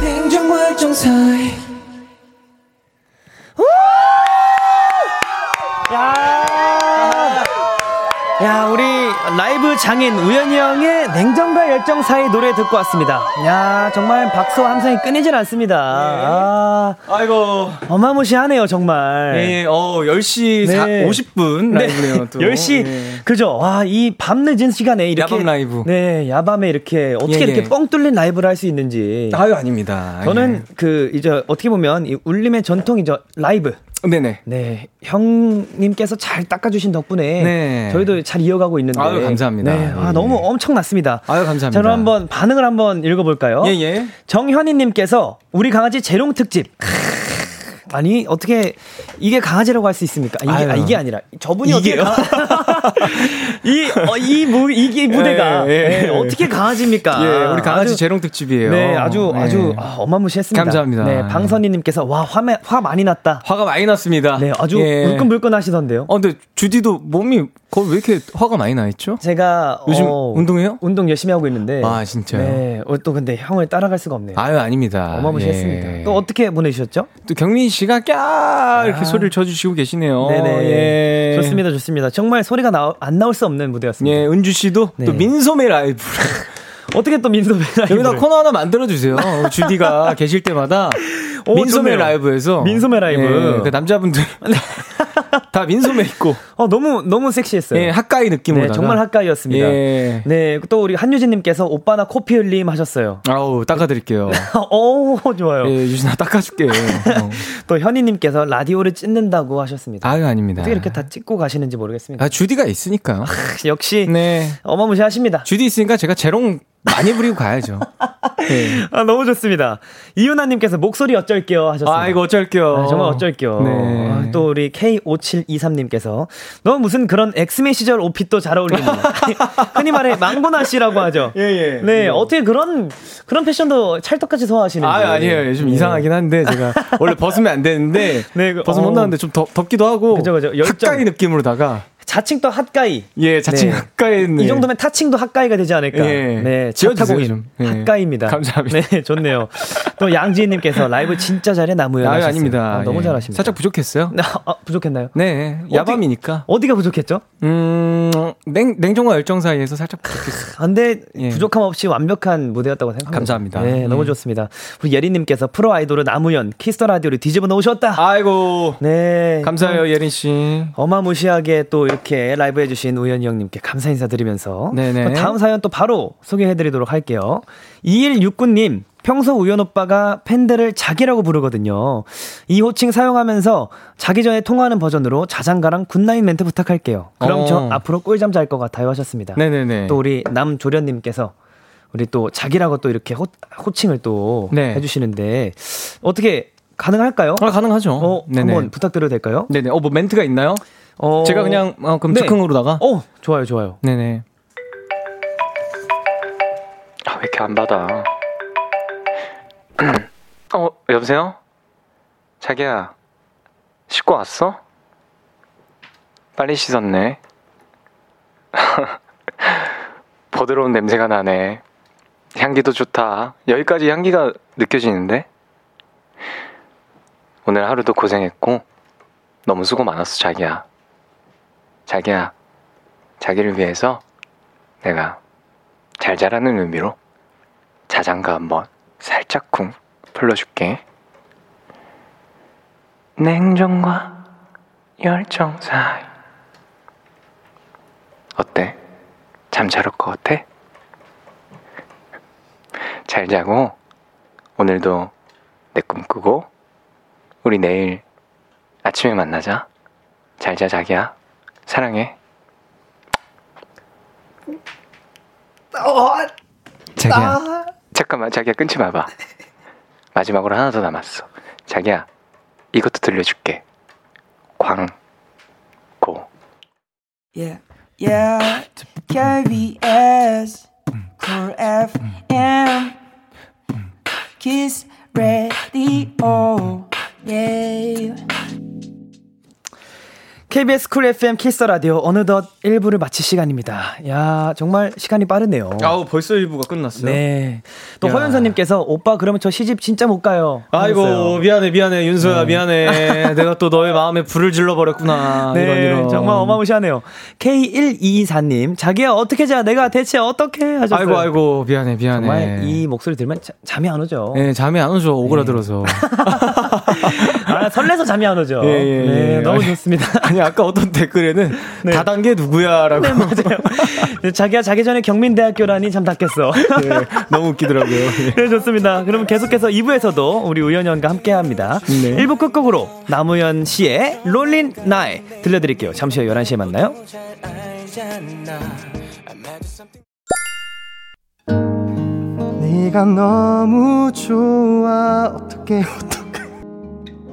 B: 냉정과 열정 사이
A: 야, 우리 라이브 장인 우연이 형의 냉정과 열정 사이 노래 듣고 왔습니다. 야, 정말 박수와 함성이 끊이질 않습니다.
E: 네.
A: 아,
E: 아이고.
A: 어마무시하네요, 정말.
E: 예, 어, 10시
A: 네.
E: 50분
A: <laughs>
E: 라이브네요, <laughs> 또.
A: 10시.
E: 예.
A: 그죠? 와, 이 밤늦은 시간에 이렇게.
E: 야밤 라이브.
A: 네, 야밤에 이렇게 어떻게
E: 예,
A: 이렇게
E: 예.
A: 뻥 뚫린 라이브를 할 수 있는지.
E: 아유, 예. 아닙니다.
A: 저는 그, 이제 어떻게 보면 이 울림의 전통이죠. 라이브.
E: 예. 네네.
A: 네, 형님께서 잘 닦아주신 덕분에
E: 네.
A: 저희도 잘 이어가고 있는데.
E: 아유, 감사합니다.
A: 네, 아,
E: 예.
A: 너무 엄청났습니다.
E: 아유, 감사합니다.
A: 자, 그럼 한번 반응을 한번 읽어볼까요?
E: 예, 예.
A: 정현희님께서 우리 강아지 재롱 특집. 크으, 아니 어떻게 이게 강아지라고 할 수 있습니까? 아, 이게,
E: 아유.
A: 아, 이게 아니라 저분이
E: 이게요?
A: 어떻게 강- <laughs> 이, 어, 이, 무, 이게 무대가
E: 예, 예.
A: 네, 어떻게 강아지입니까?
E: 예, 우리 강아지
A: 아주-
E: 재롱 특집이에요.
A: 네, 아주
E: 예.
A: 아주 아, 어마무시했습니다.
E: 감사합니다.
A: 네, 방선희님께서 와 화매 화 많이 났다.
E: 화가 많이 났습니다.
A: 네, 아주
E: 예.
A: 물끈물끈 하시던데요.
E: 어, 근데 주디도 몸이 거의 왜 이렇게 화가 많이 나 있죠?
A: 제가
E: 요즘
A: 어,
E: 운동해요?
A: 운동 열심히 하고 있는데
E: 아, 진짜요?
A: 네, 어, 또 근데 형을 따라갈 수가 없네요.
E: 아유, 아닙니다.
A: 어마무시했습니다.
E: 예.
A: 또 어떻게 보내주셨죠?
E: 또 경민 씨가 꺄 이렇게 소리를 쳐주시고 계시네요.
A: 아. 네네.
E: 어, 예.
A: 좋습니다, 좋습니다. 정말 소리가 나, 안 나올 수 없는 무대였습니다.
E: 예, 은주 씨도
A: 네.
E: 또 민소매 라이브
A: <laughs> 어떻게 또 민소매 라이브?
E: 여기다 코너 하나 만들어 주세요.
A: <laughs>
E: 주디가 계실 때마다
A: 오,
E: 민소매
A: 좋네요.
E: 라이브에서
A: 민소매 라이브. 네.
E: 예, 그 남자분들 <laughs> 다 민소매 입고
A: 어, 너무, 너무 섹시했어요.
E: 예, 학가이 느낌으로
A: 네, 정말 학가이였습니다.
E: 예.
A: 네, 또 우리 한유진님께서 오빠나 코피 흘림
E: <laughs>
A: 하셨어요.
E: 아우 닦아드릴게요.
A: 오, 좋아요.
E: 예, 유진아
A: <laughs>
E: 닦아줄게. 어.
A: 또 현희님께서 라디오를 찢는다고 하셨습니다.
E: 아유 네. 아닙니다.
A: 어떻게 이렇게 다 찍고 가시는지 모르겠습니다.
E: 아 주디가 있으니까요.
A: 역시
E: 네.
A: 어마무시하십니다.
E: 주디 있으니까 제가 재롱 많이
A: <laughs>
E: 부리고 가야죠. 네.
A: 아, 너무 좋습니다. 이윤아님께서 목소리 어쩔게요 하셨습니다.
E: 아, 이거 어쩔게요.
A: 아, 정말 어쩔게요.
E: 네.
A: 아, 또 우리 K5723님께서 너 무슨 그런 엑스맨 시절 옷핏 도잘 어울리는 <laughs> 흔히 말해 망고나 씨라고 하죠.
E: 예, 예.
A: 네, 어떻게 그런 그런 패션도 찰떡같이 소화하시는지.
E: 아, 아니에요. 요즘 이상하긴
A: <laughs>
E: 한데 제가 원래 벗으면 안 되는데
A: 네, 그-
E: 벗으면
A: 어.
E: 혼나는데 좀 덥, 덥기도 하고
A: 그죠, 그죠. 열정.
E: 가까이 느낌으로다가
A: 자칭 또 핫가이.
E: 예, 자칭
A: 네.
E: 가까이 있는
A: 이 정도면 타칭도 핫가이가 되지 않을까.
E: 예.
A: 네,
E: 지어주세요,
A: 차타공인
E: 좀. 예.
A: 핫가이입니다.
E: 감사합니다.
A: 네, 좋네요. 또 양지희님께서 라이브 진짜 잘해 나무현.
E: 아,
A: 하셨어요.
E: 아닙니다.
A: 아, 너무
E: 예.
A: 잘하십니다.
E: 살짝 부족했어요.
A: 아, 부족했나요?
E: 네, 야밤이니까.
A: 어디가 부족했죠?
E: 음, 냉, 냉정과 열정 사이에서
A: <laughs>
E: 살짝 부족했어요.
A: 근데
E: 예.
A: 부족함 없이 완벽한 무대였다고 생각합니다.
E: 감사합니다. 예.
A: 네, 너무 좋습니다. 우리 예리님께서 프로 아이돌은 나무현 키스터 라디오를 뒤집어 놓으셨다.
E: 아이고,
A: 네,
E: 감사해요, 예린 씨.
A: 어마무시하게 또 이렇게 라이브 해주신 우현이 형님께 감사 인사드리면서
E: 네네.
A: 또 다음 사연 또 바로 소개해드리도록 할게요. 2169님 평소 우현 오빠가 팬들을 자기라고 부르거든요. 이 호칭 사용하면서 자기 전에 통화하는 버전으로 자장가랑 굿나잇 멘트 부탁할게요. 그럼
E: 어.
A: 저 앞으로 꿀잠 잘 것 같아요 하셨습니다.
E: 네네네.
A: 또 우리 남조련님께서 우리 또 자기라고 또 이렇게 호, 호칭을 또
E: 네.
A: 해주시는데 어떻게 가능할까요?
E: 아, 가능하죠.
A: 어, 한번 부탁드려도 될까요?
E: 네네. 어, 뭐 멘트가 있나요?
A: 어,
E: 제가 그냥 어, 그럼
A: 네.
E: 즉흥으로다가.
A: 어 좋아요 좋아요.
E: 네네.
F: 아, 왜 이렇게 안 받아? <clears throat> 어, 여보세요? 자기야, 씻고 왔어? 빨리 씻었네. <laughs> 버드러운 냄새가 나네. 향기도 좋다. 여기까지 향기가 느껴지는데? 오늘 하루도 고생했고, 너무 수고 많았어, 자기야. 자기야, 자기를 위해서 내가 잘 자라는 의미로 자장가 한번 살짝쿵 불러줄게. 냉정과 열정 사이. 어때? 잠 잘 올 것 같아? 잘 자고, 오늘도 내 꿈 꾸고, 우리 내일 아침에 만나자. 잘 자, 자기야. 사랑해. 자기야 잠깐만 자기야 끊지 마봐 마지막으로 하나 더 남았어 자기야 이것도 들려줄게 광고
G: Yeah, yeah, KBS, Cool FM, Kiss Radio, yeah.
A: KBS 쿨 FM 키스터 라디오 어느덧 1부를 마칠 시간입니다. 야 정말 시간이 빠르네요.
E: 아우, 벌써 일부가 끝났어요.
A: 네. 또
E: 야.
A: 허윤서님께서 오빠 그러면 저 시집 진짜 못 가요.
E: 아이고
A: 하셨어요. 네.
E: 미안해 미안해
A: <laughs>
E: 윤서야 미안해 내가 또 너의 마음에 불을 질러 버렸구나
A: 네,
E: 이런 이런
A: 정말 어마무시하네요. K1224님, 자기야, 어떻게 자? 내가 대체 어떻게 하셨어요?
E: 아이고 아이고 미안해 미안해
A: 정말 이 목소리 들으면 자- 잠이 안 오죠.
E: 네, 잠이 안 오죠 오그라들어서
A: 네. 아, 설레서 잠이 안 오죠.
E: 예, 예,
A: 네,
E: 예.
A: 너무 좋습니다.
E: <laughs> 아니 아까 어떤 댓글에는
A: 네.
E: 다단계 누구야라고
A: 네, 맞아요. 네, 자기야, 자기 전에 경민대학교라니 참
E: <laughs>
A: 닦였어.
E: 네, 너무 <laughs> 웃기더라고요 예.
A: 네, 좋습니다. 그럼 계속해서 2부에서도 우리 우연연과 함께 합니다.
E: 네.
A: 1부 끝곡으로 남우현 씨의 롤린 나이 들려드릴게요. 잠시 후 11시에 만나요.
D: 네가 너무 좋아 어떡해 어떡해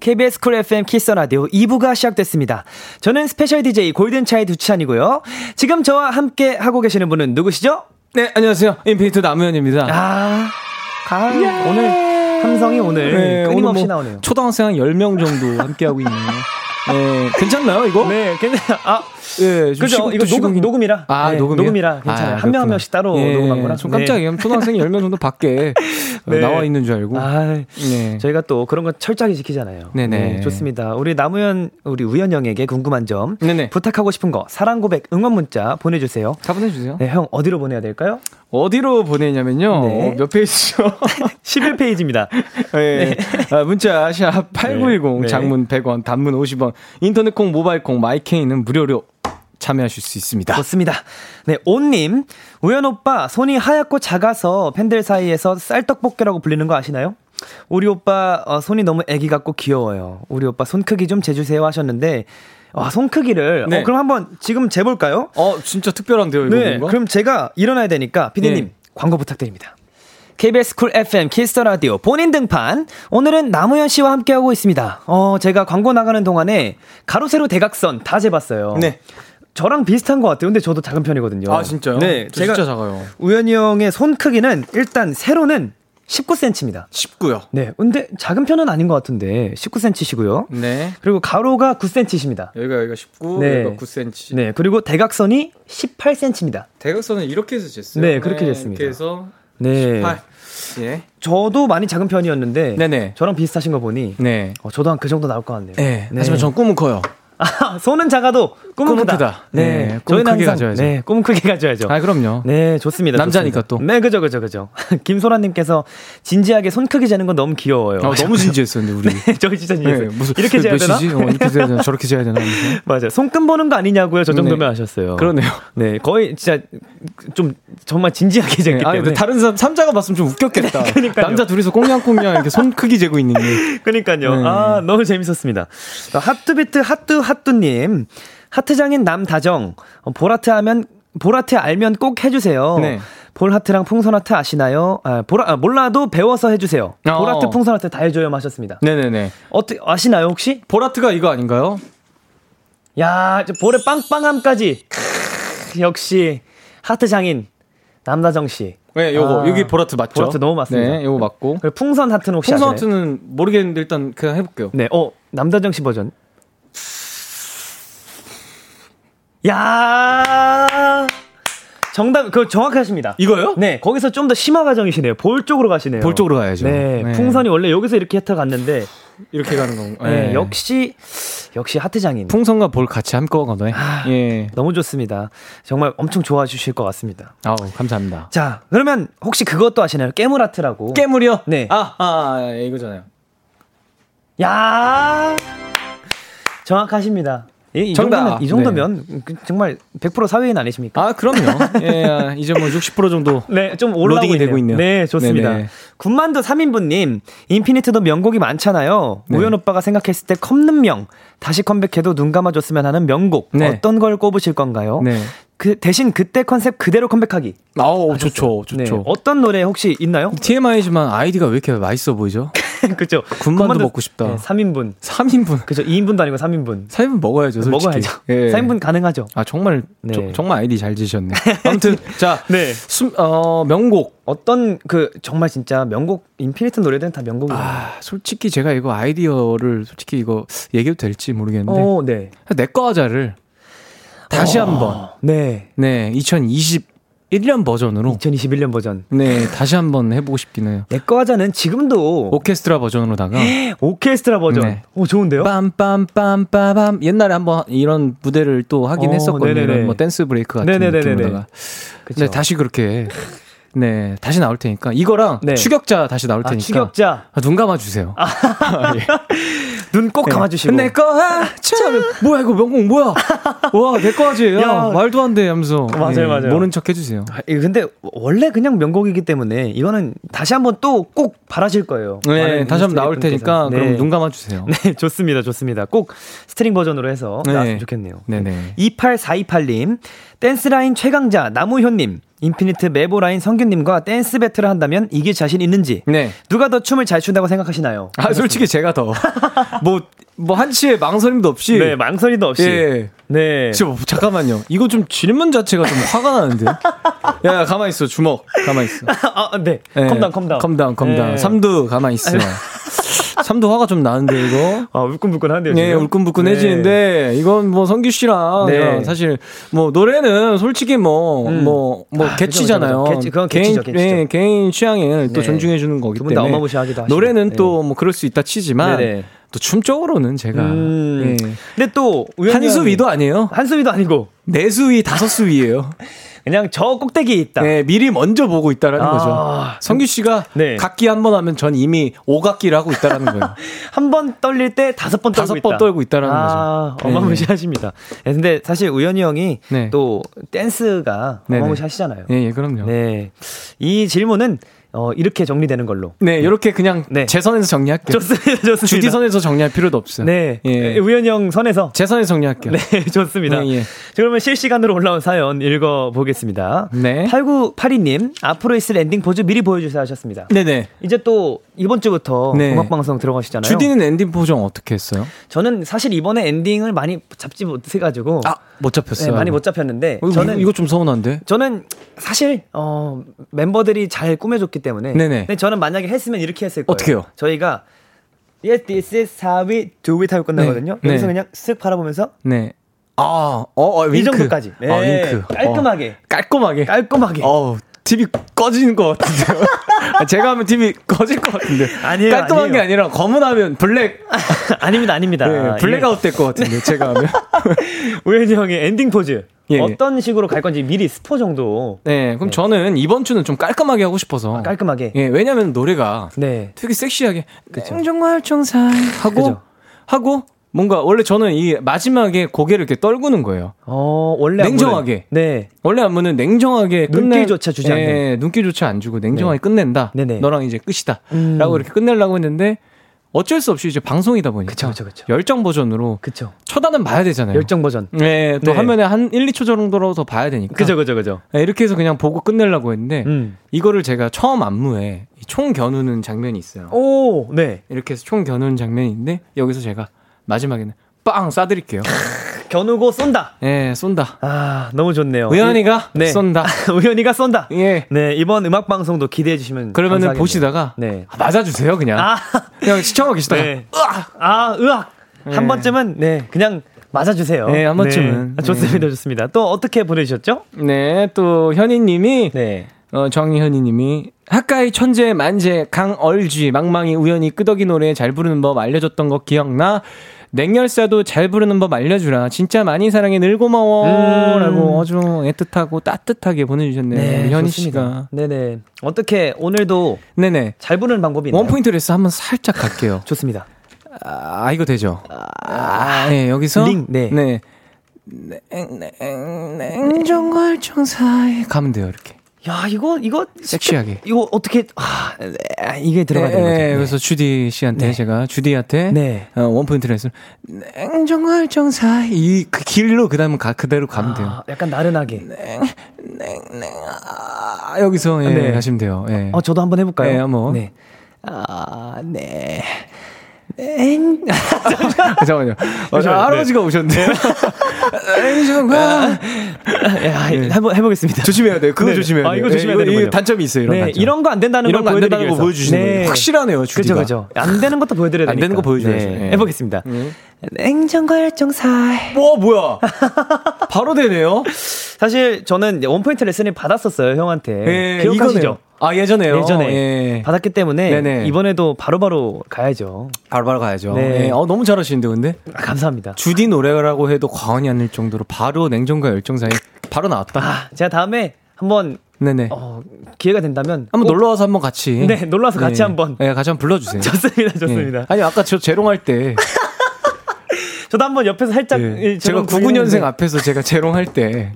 A: KBS 쿨 FM 키스 라디오 2부가 시작됐습니다. 저는 스페셜 DJ 골든차이 두치안이고요. 지금 저와 함께 하고 계시는 분은 누구시죠?
E: 네 안녕하세요 인피니트 남우현입니다
A: 아, 가 오늘 함성이 오늘
E: 네, 오늘
A: 끊임없이
E: 뭐
A: 나오네요.
E: 초등학생 한 10명 정도 함께하고 있네요 네, 괜찮나요 이거?
A: 네, 괜찮아. 아,
E: 예, 좀
A: 그죠?
E: 시국도
A: 이거 녹음,
E: 시국이-
A: 녹음이라.
E: 아,
A: 네,
E: 녹음이요?
A: 녹음이라 괜찮아요.
E: 아,
A: 한 명 한
E: 그렇구나.
A: 명씩 따로
E: 예,
A: 녹음한 거라.
E: 좀 깜짝이야. 초등학생 10명 정도 밖에 어,
A: <laughs> 네.
E: 나와 있는 줄 알고.
A: 아,
E: 네.
A: 저희가 또 그런 건 철저하게 지키잖아요.
E: 네네.
A: 좋습니다. 우리 남우현, 우리 우현영에게 궁금한 점,
E: 네네.
A: 부탁하고 싶은 거, 사랑 고백, 응원 문자 보내주세요.
E: 차분해 주세요.
A: 네, 형 어디로 보내야 <laughs> 될까요?
E: 어디로 보내냐면요.
A: 네.
E: 어, 몇 페이지죠?
A: 11페이지입니다.
E: 예. 아, 문자 샵 8910
A: 네.
E: 장문 100원, 단문 50원. 인터넷 콩, 모바일 콩, 마이케이는 무료로 참여하실 수 있습니다.
A: 좋습니다. 네, 온님, 우현 오빠 손이 하얗고 작아서 팬들 사이에서 쌀떡볶이라고 불리는 거 아시나요? 우리 오빠 어, 손이 너무 애기 같고 귀여워요. 우리 오빠 손 크기 좀 재주세요 하셨는데, 와, 손 크기를
E: 네.
A: 어, 그럼 한번 지금 재볼까요?
E: 어, 진짜 특별한데요, 이거
A: 네,
E: 뭔가?
A: 그럼 제가 일어나야 되니까 피디님
E: 네.
A: 광고 부탁드립니다. KBS 쿨 FM 키스터 라디오 본인 등판 오늘은 남우현 씨와 함께하고 있습니다. 어 제가 광고 나가는 동안에 가로 세로 대각선 다 재봤어요.
E: 네.
A: 저랑 비슷한 것 같아요. 근데 저도 작은 편이거든요.
E: 아, 진짜요?
A: 네,
E: 저
A: 제가
E: 진짜 작아요.
A: 우현이 형의 손 크기는 일단 세로는 19cm입니다.
E: 19요.
A: 네, 근데 작은 편은 아닌 것 같은데 19cm시고요.
E: 네.
A: 그리고 가로가 9cm십니다.
E: 여기가 여기가 19,
A: 네.
E: 여기가 9cm.
A: 네, 그리고 대각선이 18cm입니다.
E: 대각선은 이렇게 해서 쟀어요.
A: 네, 그렇게 쟀습니다.
E: 이렇게 해서
A: 네.
E: 8. 예.
A: 저도 많이 작은 편이었는데
E: 네네.
A: 저랑 비슷하신 거 보니
E: 네.
A: 어, 저도 한 그 정도 나올 것 같네요.
E: 네. 하지만 전 꿈은 커요.
A: <laughs> 아, 손은 작아도 꿈은,
E: 꿈은
A: 크다.
E: 크다.
A: 네,
E: 네, 꿈은
A: 저희는
E: 크게
A: 항상,
E: 가져야죠.
A: 네, 꿈은 크게 가져야죠.
E: 아, 그럼요.
A: 네, 좋습니다.
E: 남자니까
A: 좋습니다.
E: 또.
A: 네, 그죠, 그죠, <laughs> 그죠. 김소라님께서 진지하게 손 크기 재는 건 너무 귀여워요.
E: 아, <laughs>
A: <laughs>
E: 너무 진지했었는데 우리.
A: 저기 진짜
E: 네,
A: 진지했어요.
E: 무슨
A: 이렇게 재야
E: 몇
A: 되나?
E: 시지? 어, 이렇게 재야 되나? 저렇게 재야 되나? 하면서.
A: 맞아요. 손금 보는 거 아니냐고요. 저 정도면
E: 네.
A: 하셨어요.
E: 그러네요.
A: 네, 거의 진짜 좀 정말 진지하게 재기
E: 네, 아니,
A: 때문에.
E: 근데 다른 사람 삼자가 봤으면 좀 <laughs> 웃겼겠다.
A: 그러니까요.
E: 남자 둘이서 꽁냥꽁냥 이렇게 손 크기 재고 있는 게.
A: 그니까요.
E: 네.
A: 아, 너무 재밌었습니다. 어, 하트비트 하뚜 하뚜님. 하트장인 남다정. 어, 보라트 하면, 보라트 알면 꼭 해주세요.
E: 네.
A: 볼하트랑 풍선하트 아시나요? 아, 보라, 아, 몰라도 배워서 해주세요.
E: 어.
A: 보라트 풍선하트 다 해줘요. 하셨습니다.
E: 네네네.
A: 어떻게, 아시나요, 혹시?
E: 보라트가 이거 아닌가요?
A: 야, 저 볼의 빵빵함까지. 크으, 역시, 하트장인 남다정씨.
E: 네, 요거.
A: 아.
E: 여기 보라트 맞죠?
A: 보라트 너무 맞습니다.
E: 네, 요거 맞고.
A: 그리고 풍선하트는 혹시 아시나요?
E: 풍선하트는 모르겠는데 일단 그냥 해볼게요.
A: 네, 어, 남다정 씨 버전. 야 정답, 그거 정확하십니다.
E: 이거요?
A: 네, 거기서 좀 더 심화 과정이시네요. 볼 쪽으로 가시네요.
E: 볼 쪽으로 가야죠.
A: 네,
E: 네.
A: 풍선이 원래 여기서 이렇게 흩어갔는데,
E: 이렇게 가는 건가?
A: 네, 역시, 역시 하트장인.
E: 풍선과 볼 같이 함께 가네. 예.
A: 너무 좋습니다. 정말 엄청 좋아해 주실 것 같습니다.
E: 아우, 감사합니다.
A: 자, 그러면 혹시 그것도 아시나요? 깨물 하트라고.
E: 깨물이요?
A: 네.
E: 아, 아, 아, 이거잖아요.
A: 야 정확하십니다. 이, 이
E: 정답. 네.
A: 정도면, 이 정도면 그- 정말 100% 사회인 아니십니까?
E: 아, 그럼요. 예, 아, 이제 뭐 60% 정도.
A: 네, 좀 올라오고
E: 로딩이 되고
A: 있네요.
E: 있네요.
A: 네, 좋습니다.
E: 네네.
A: 군만두 3인분님, 인피니트도 명곡이 많잖아요.
E: 네.
A: 우연 오빠가 생각했을 때 컵는 명, 다시 컴백해도 눈 감아줬으면 하는 명곡,
E: 네.
A: 어떤 걸 꼽으실 건가요?
E: 네.
A: 그 대신 그때 컨셉 그대로 컴백하기.
E: 아우, 좋죠. 좋죠.
A: 네, 어떤 노래 혹시 있나요?
E: TMI지만 아이디가 왜 이렇게 맛있어 보이죠?
A: <laughs> 그죠.
E: 네. 군만두 먹고 싶다.
A: 3인분.
E: 3인분.
A: 네, 그죠. 2인분도 아니고 3인분.
E: 3인분 먹어야죠, 솔직히.
A: 먹어야죠.
E: 예.
A: 4인분 가능하죠.
E: 아, 정말,
A: 네.
E: 저- 정말 아이디 잘 지셨네. 아무튼, 자.
A: <laughs> 네.
E: 숨, 어, 명곡.
A: 어떤 그 정말 진짜 명곡 인피니트 노래들은 다 명곡이에요.
E: 아, 솔직히 제가 이거 아이디어를, 솔직히 이거 얘기해도 될지 모르겠는데.
A: 어, 네.
E: 내꺼 하자를 다시 한번
A: 네.
E: 네 2021년 버전으로
A: 2021년 버전.
E: 네 다시 한번 해보고 싶긴 해요
A: 내 거 하자는 지금도
E: 오케스트라 버전으로다가
A: 오케스트라 버전.
E: 네.
A: 오 좋은데요?
E: 빰빰빰빰빰 옛날에 한번 이런 무대를 또 하긴
A: 어,
E: 했었거든요
A: 네네네.
E: 이런 뭐 댄스 브레이크 같은
A: 네네네네네.
E: 느낌으로다가
A: 그쵸.
E: 네 다시 그렇게 네 다시 나올 테니까 이거랑
A: 네.
E: 추격자 다시 나올
A: 아, <laughs>
E: 테니까
A: 추격자.
E: 아, 눈 감아주세요
A: 예.
E: 네.
A: 눈 꼭 감아주시고.
E: 내꺼 하자 뭐야 이거 명곡
A: <laughs>
E: 뭐야 와 내꺼 하지 야,
A: 야.
E: 말도 안 돼 하면서
A: 맞아요,
E: 네,
A: 맞아요.
E: 모른 척 해주세요
A: 아, 이거 근데 원래 그냥 명곡이기 때문에 이거는 다시 한번 또 꼭 바라실 거예요.
E: 네,
A: 많은
E: 다시 한번 나올
A: 분께서.
E: 테니까
A: 네.
E: 그럼 눈 감아주세요.
A: <laughs> 네, 좋습니다, 좋습니다. 꼭 스트링 버전으로 해서
E: 네.
A: 나왔으면 좋겠네요.
E: 네네.
A: 28428님, 댄스라인 최강자 나무현님, 인피니트 메보라인 성균님과 댄스 배틀을 한다면 이길 자신 있는지,
E: 네.
A: 누가 더 춤을 잘 춘다고 생각하시나요?
E: 아 솔직히 제가
A: <laughs>
E: 더뭐뭐 한치의 망설임도 없이
A: 네, 망설이도 없이.
E: 예.
A: 네.
E: 지금 잠깐만요. 이거 좀 질문 자체가 좀 화가 나는데. 야, 야 가만 있어. 주먹. 가만
A: <laughs>
E: 있어.
A: 아, 네.
E: 예.
A: 컴다운, 네. 컴다운.
E: 컴다운, 컴다운. <laughs> 삼두 가만 있어. 3도 화가 좀 나는데 이거.
A: 아, 울끈불끈 하는데요.
E: 네,
A: 지금?
E: 울끈불끈해지는데 이건 뭐 성규 씨랑
A: 네.
E: 저랑 사실 뭐 노래는 솔직히 뭐
A: 음.
E: 뭐 뭐
A: 아,
E: 개취잖아요.
A: 그죠, 그죠, 그죠. 개취, 그건
E: 개인
A: 개취죠, 개취죠.
E: 예, 개인 취향을 또
A: 네.
E: 존중해 주는 거기
A: 두분다
E: 때문에
A: 어마무시하기도 하시고.
E: 노래는
A: 네.
E: 또 뭐 그럴 수 있다 치지만
A: 네네.
E: 또 춤 쪽으로는 제가
A: 음.
E: 예.
A: 근데 또 우연히
E: 한 수위도 아니에요.
A: 한수위도 아니고
E: 네 수위 다섯 수위예요.
A: 그냥 저 꼭대기에 있다.
E: 네, 미리 먼저 보고 있다라는
A: 아.
E: 거죠. 성규 씨가
A: 네.
E: 각기 한 번 하면 전 이미 오각기를 하고 있다라는
A: <laughs>
E: 거예요.
A: 한 번 떨릴 때 다섯 번 떨고
E: 다섯
A: 있다.
E: 번 떨고 있다라는
A: 아,
E: 거죠.
A: 어마무시하십니다. 네, 근데 사실 우연히 형이
E: 네.
A: 또 댄스가
E: 네네.
A: 어마무시하시잖아요.
E: 예, 예, 그럼요. 네.
A: 네. 이 질문은 어, 이렇게 정리되는 걸로.
E: 이렇게 네, 그냥
A: 네.
E: 제 선에서 정리할게요.
A: 좋습니다. 좋습니다.
E: 주디 선에서 정리할 필요도 없어요.
A: 네.
E: 예.
A: 우연히 형 선에서
E: 제 선에서 정리할게요.
A: 네, <laughs> 좋습니다.
E: 예, 예.
A: 자, 그러면 실시간으로 올라온 사연 읽어보겠습니다.
E: 네.
A: 8982님, 앞으로 있을 엔딩 포즈 미리 보여주세요 하셨습니다.
E: 네네.
A: 이제 또 이번 주부터
E: 네.
A: 음악방송 들어가시잖아요.
E: 주디는 엔딩 포정 어떻게 했어요?
A: 저는 사실 이번에 엔딩을 많이 잡지 못해가지고
E: 아, 못 잡혔어요.
A: 네, 많이 못 잡혔는데
E: 어,
A: 저는
E: 저는 이거 좀 서운한데.
A: 저는 사실 어 멤버들이 잘 꾸며줬기 때문에
E: 네네.
A: 근데 저는 만약에 했으면 이렇게 했을 거예요.
E: 어떻게요?
A: 저희가 Yes, this is how we do it 하고 끝나거든요.
E: 네.
A: 여기서
E: 네.
A: 그냥 쓱 바라보면서
E: 네. 아, 어, 어 윙크.
A: 이 정도까지. 네.
E: 아, 윙크.
A: 깔끔하게.
E: 어, 깔끔하게.
A: 깔끔하게.
E: 어우, TV 꺼지는
A: <laughs>
E: 것 같은데요. 아, 제가 하면 TV 꺼질 것 같은데.
A: 아니에요,
E: 깔끔한
A: 아니에요.
E: 게 아니라 검은 하면 블랙,
A: <laughs> 아닙니다, 아닙니다. 예.
E: 네, 블랙아웃 될 것 같은데, 제가
A: <laughs>
E: 하면.
A: 이게 우현이 형의 엔딩 포즈.
E: 예, 예.
A: 어떤 식으로 갈 건지 미리 스포 정도
E: 네, 그럼 저는 이번 주는 좀 깔끔하게 하고 싶어서.
A: 예. 아, 깔끔하게.
E: 예, 왜냐면 노래가
A: 네.
E: 되게 섹시하게 냉정활정사 하고
A: 그죠.
E: 하고 뭔가 원래 저는 이 마지막에 고개를 이렇게 떨구는 거예요.
A: 어, 원래 안무는-
E: 냉정하게. 예.
A: 네.
E: 원래 안무는 냉정하게 끝내
A: 눈길조차 주지 않는.
E: 예, 눈길조차 안 주고 냉정하게 끝낸다.
A: 네네.
E: 너랑 이제 끝이다.
A: 음.
E: 라고 이렇게 끝내려고 했는데 어쩔 수 없이 이제 방송이다 보니까
A: 그쵸, 그쵸, 그쵸.
E: 열정 버전으로
A: 그쵸.
E: 쳐다는 봐야 되잖아요.
A: 열정 버전.
E: 예, 또
A: 네.
E: 화면에 한 1, 2초 정도로 더 봐야 되니까.
A: 그죠, 그죠, 그죠.
E: 예, 이렇게 해서 그냥 보고 끝내려고 했는데
A: 음.
E: 이거를 제가 처음 안무에 이총 겨누는 장면이 있어요.
A: 오, 네.
E: 이렇게 해서 총 겨누는 장면인데 여기서 제가 마지막에는 빵 쏴드릴게요.
A: 겨누고 쏜다.
E: 예, 쏜다.
A: 아, 너무 좋네요.
E: 우연이가
A: 이- 네.
E: 쏜다.
A: <laughs> 우연이가 쏜다.
E: 예.
A: 네, 이번 음악 방송도 기대해 주시면
E: 그러면은
A: 감사하겠네요.
E: 보시다가
A: 네.
E: 아, 맞아주세요 그냥.
A: 아.
E: 그냥 시청하고 계시다가
A: 네. 아, 으악. 한
E: 네.
A: 번쯤은 네, 그냥 맞아 주세요.
E: 네, 한 번쯤은.
A: 아, 좋습니다. 좋습니다. 또 어떻게 보내주셨죠?
E: 네, 또 현희님이
A: 네.
E: 어, 정현희님이 학가의 천재 만재 강얼쥐 망망이 우연히 끄덕이 노래 잘 부르는 법 알려줬던 거 기억나? 냉열사도 잘 부르는 법 알려주라. 진짜 많이 사랑해 늘 고마워라고 아주 애틋하고 따뜻하게 음. 보내주셨네요. 우리 현희 씨가
A: 네, 네. 어떻게 오늘도
E: 네네
A: 잘 부르는 방법이 있나요?
E: 원 포인트 레슨 한번 살짝 갈게요.
A: 좋습니다.
E: 아 이거 되죠. 아, 네 여기서
A: 링, 네.
E: 네. 냉, 냉, 냉정걸정사에 가면 돼요 이렇게
A: 야, 이거 이거
E: 섹시하게.
A: 이거 어떻게 아, 네, 이게 들어가야 되는 거죠.
E: 네,
A: 네.
E: 그래서 주디 씨한테 제가 주디한테
A: 네.
E: 어, 원포인트 레슨 냉정걸정사 이그 길로 그다음 가 그대로 가면 돼요. 네.
A: 아, 약간 나른하게.
E: 냉냉 아, 여기서 예,
A: 네.
E: 가시면 돼요. 예.
A: 어, 저도 한번 해볼까요?
E: 네, 한번.
A: 네. 아, 네. 엥. <laughs>
E: 아, <laughs> 잠깐만요. 어, 저
A: 잠시만요.
E: 할아버지가 오셨는데.
A: 네.
E: <laughs> 냉정걸
A: 야,
E: 네.
A: 한번 해보겠습니다.
E: 조심해야 돼요. 그거
A: 아, 네.
E: 조심해야 돼요.
A: 아, 이거
E: 예,
A: 조심해야
E: 이거-
A: 되는
E: 이거
A: 거죠.
E: 단점이 있어요. 이런
A: 네,
E: 단점.
A: 이런 거 안 된다는 걸
E: 이런 거안
A: 보여드리기
E: 된다는 거
A: 위해서.
E: 보여주시는 거예요. 확실하네요,
A: 그죠,
E: 주디가.
A: 그죠. 안 되는 것도 보여드려야 되니까. 네.
E: 안 되는 거 보여줘야죠. 예.
A: 해보겠습니다. 냉정과 열정사이.
E: 와 뭐야 <laughs> 바로 되네요.
A: 사실 저는 원포인트 레슨을 받았었어요, 형한테. 기억하시죠?
E: 이거네요. 아 예전에요.
A: 예전에
E: 예.
A: 받았기 때문에
E: 네네.
A: 이번에도 바로바로 가야죠.
E: 바로 바로 가야죠.
A: 네.
E: 예. 어 너무 잘하시는데 근데
A: 아, 감사합니다.
E: 주디 노래라고 해도 과언이 아닐 정도로 바로 냉정과 열정 사이 바로 나왔다.
A: 아, 제가 다음에 한번
E: 네네.
A: 어, 기회가 된다면
E: 한번
A: 꼭-
E: 놀러 와서 한번 같이.
A: 네, 놀러 와서 같이
E: 예.
A: 한번.
E: 예, 같이 한번 불러주세요.
A: <laughs> 좋습니다,
E: 예.
A: 좋습니다.
E: 아니 아까 저
A: <laughs>
E: 재롱 할때
A: 저도 한번 옆에서 살짝
E: 예.
A: 예,
E: 제가
A: 저런
E: 99년생
A: 구경했는데.
E: 앞에서 제가
A: <laughs>
E: 재롱 할때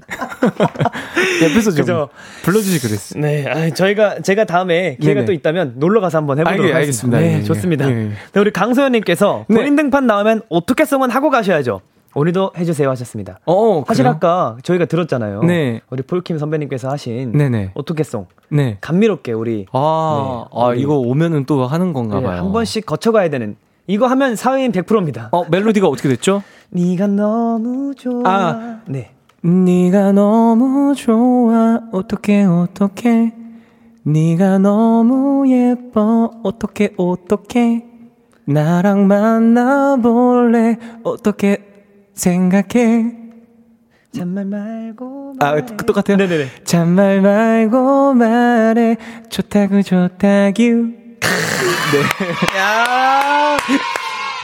E: 옆에서 좀
A: 그죠.
E: 불러주시 그랬어요.
A: 네, 아, 저희가 제가 다음에 기회가
E: 네네.
A: 또 있다면 놀러 가서 한번 해보도록
E: 알게-
A: 하겠습니다.
E: 알겠습니다.
A: 네,
E: 예, 예.
A: 좋습니다.
E: 예, 예.
A: 네, 우리 강소연님께서
E: 네.
A: 본인 등판 나오면 어떻게 성은 하고 가셔야죠. 오늘도 해주세요 하셨습니다.
E: 어
A: 사실
E: 그래요?
A: 아까 저희가 들었잖아요.
E: 네.
A: 우리 폴킴 선배님께서 하신
E: 네네.
A: 어떻게송
E: 네.
A: 감미롭게 우리
E: 아,
A: 네,
E: 아
A: 우리-
E: 이거 오면은 또 하는 건가
A: 네,
E: 봐요.
A: 한 번씩 거쳐가야 되는 이거 하면 사회인 100%입니다.
E: 어 멜로디가 어떻게 됐죠?
A: 네가 너무 좋아.
E: 아.
A: 네.
E: 네가 너무 좋아 어떻게 어떻게 네가 너무 예뻐 어떻게 어떻게 나랑 만나볼래 어떻게 생각해
A: 잔말 말고
E: 아 똑같아요?
A: 네네네.
E: 잔말 말고 말해 좋다구 좋다구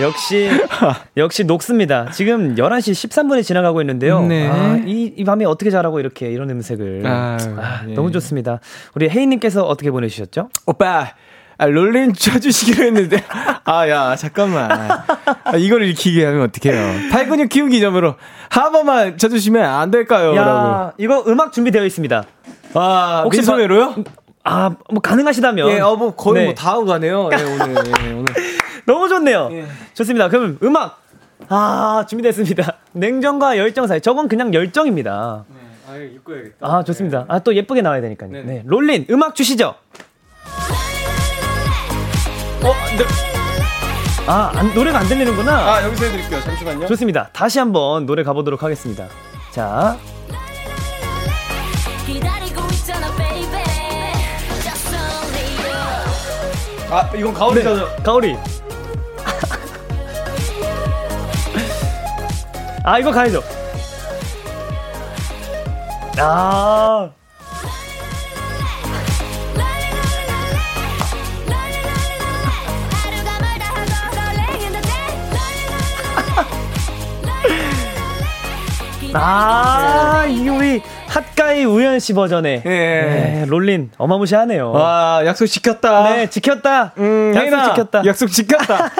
A: 역시
E: <laughs>
A: 역시 녹습니다. 지금 11시 13분이 지나가고 있는데요.
E: 네.
A: 아, 이, 이 밤에 어떻게 자라고 이렇게 이런 음색을
E: 아유,
A: 아,
E: 예.
A: 너무 좋습니다. 우리 혜인 님께서 어떻게 보내주셨죠?
E: 오빠 아, 롤린 쳐주시기로 했는데 아 야 잠깐만 아, 이걸 읽히게 하면 어떡해요 팔근육 키우기 점으로 한 번만 쳐주시면 안 될까요? 라고
A: 야, 이거 음악 준비되어 있습니다. 아,
E: 혹시
A: 미리 봐-
E: 소외로요?
A: 아, 뭐 가능하시다면.
E: 예, 어, 뭐 거의
A: 네.
E: 뭐 다 오가네요. 예, 오늘, 예, 오늘.
A: 너무 좋네요.
E: 예.
A: 좋습니다. 그럼 음악. 아, 준비됐습니다. <laughs> 냉정과 열정 사이. 저건 그냥 열정입니다.
E: <laughs> 아, 읽고 야겠다
A: 아, 좋습니다. 아, 또 예쁘게 나와야 되니까요. 네. 롤린, 음악 주시죠. 어, 네. 아, 안- 노래가 안 들리는구나.
E: 아, 여기서 해드릴게요. 잠시만요.
A: 좋습니다. 다시 한번 노래 가보도록 하겠습니다. 자,
H: 기다리고 있잖아, baby. Just only you.
E: 아, 이건 가오리 잖아
A: 네. 가오리. 아, 이거 가야죠. 아,
H: 하루가 멀다 하고 설레는데.
A: 아, 이 우리 핫가이 우현 씨 버전의
E: 예.
A: 네, 롤린 어마무시하네요.
E: 와, 약속 지켰다.
A: 네, 지켰다.
E: 음,
A: 약속
E: 혜인아,
A: 지켰다.
E: 약속
A: <laughs>
E: 지켰다.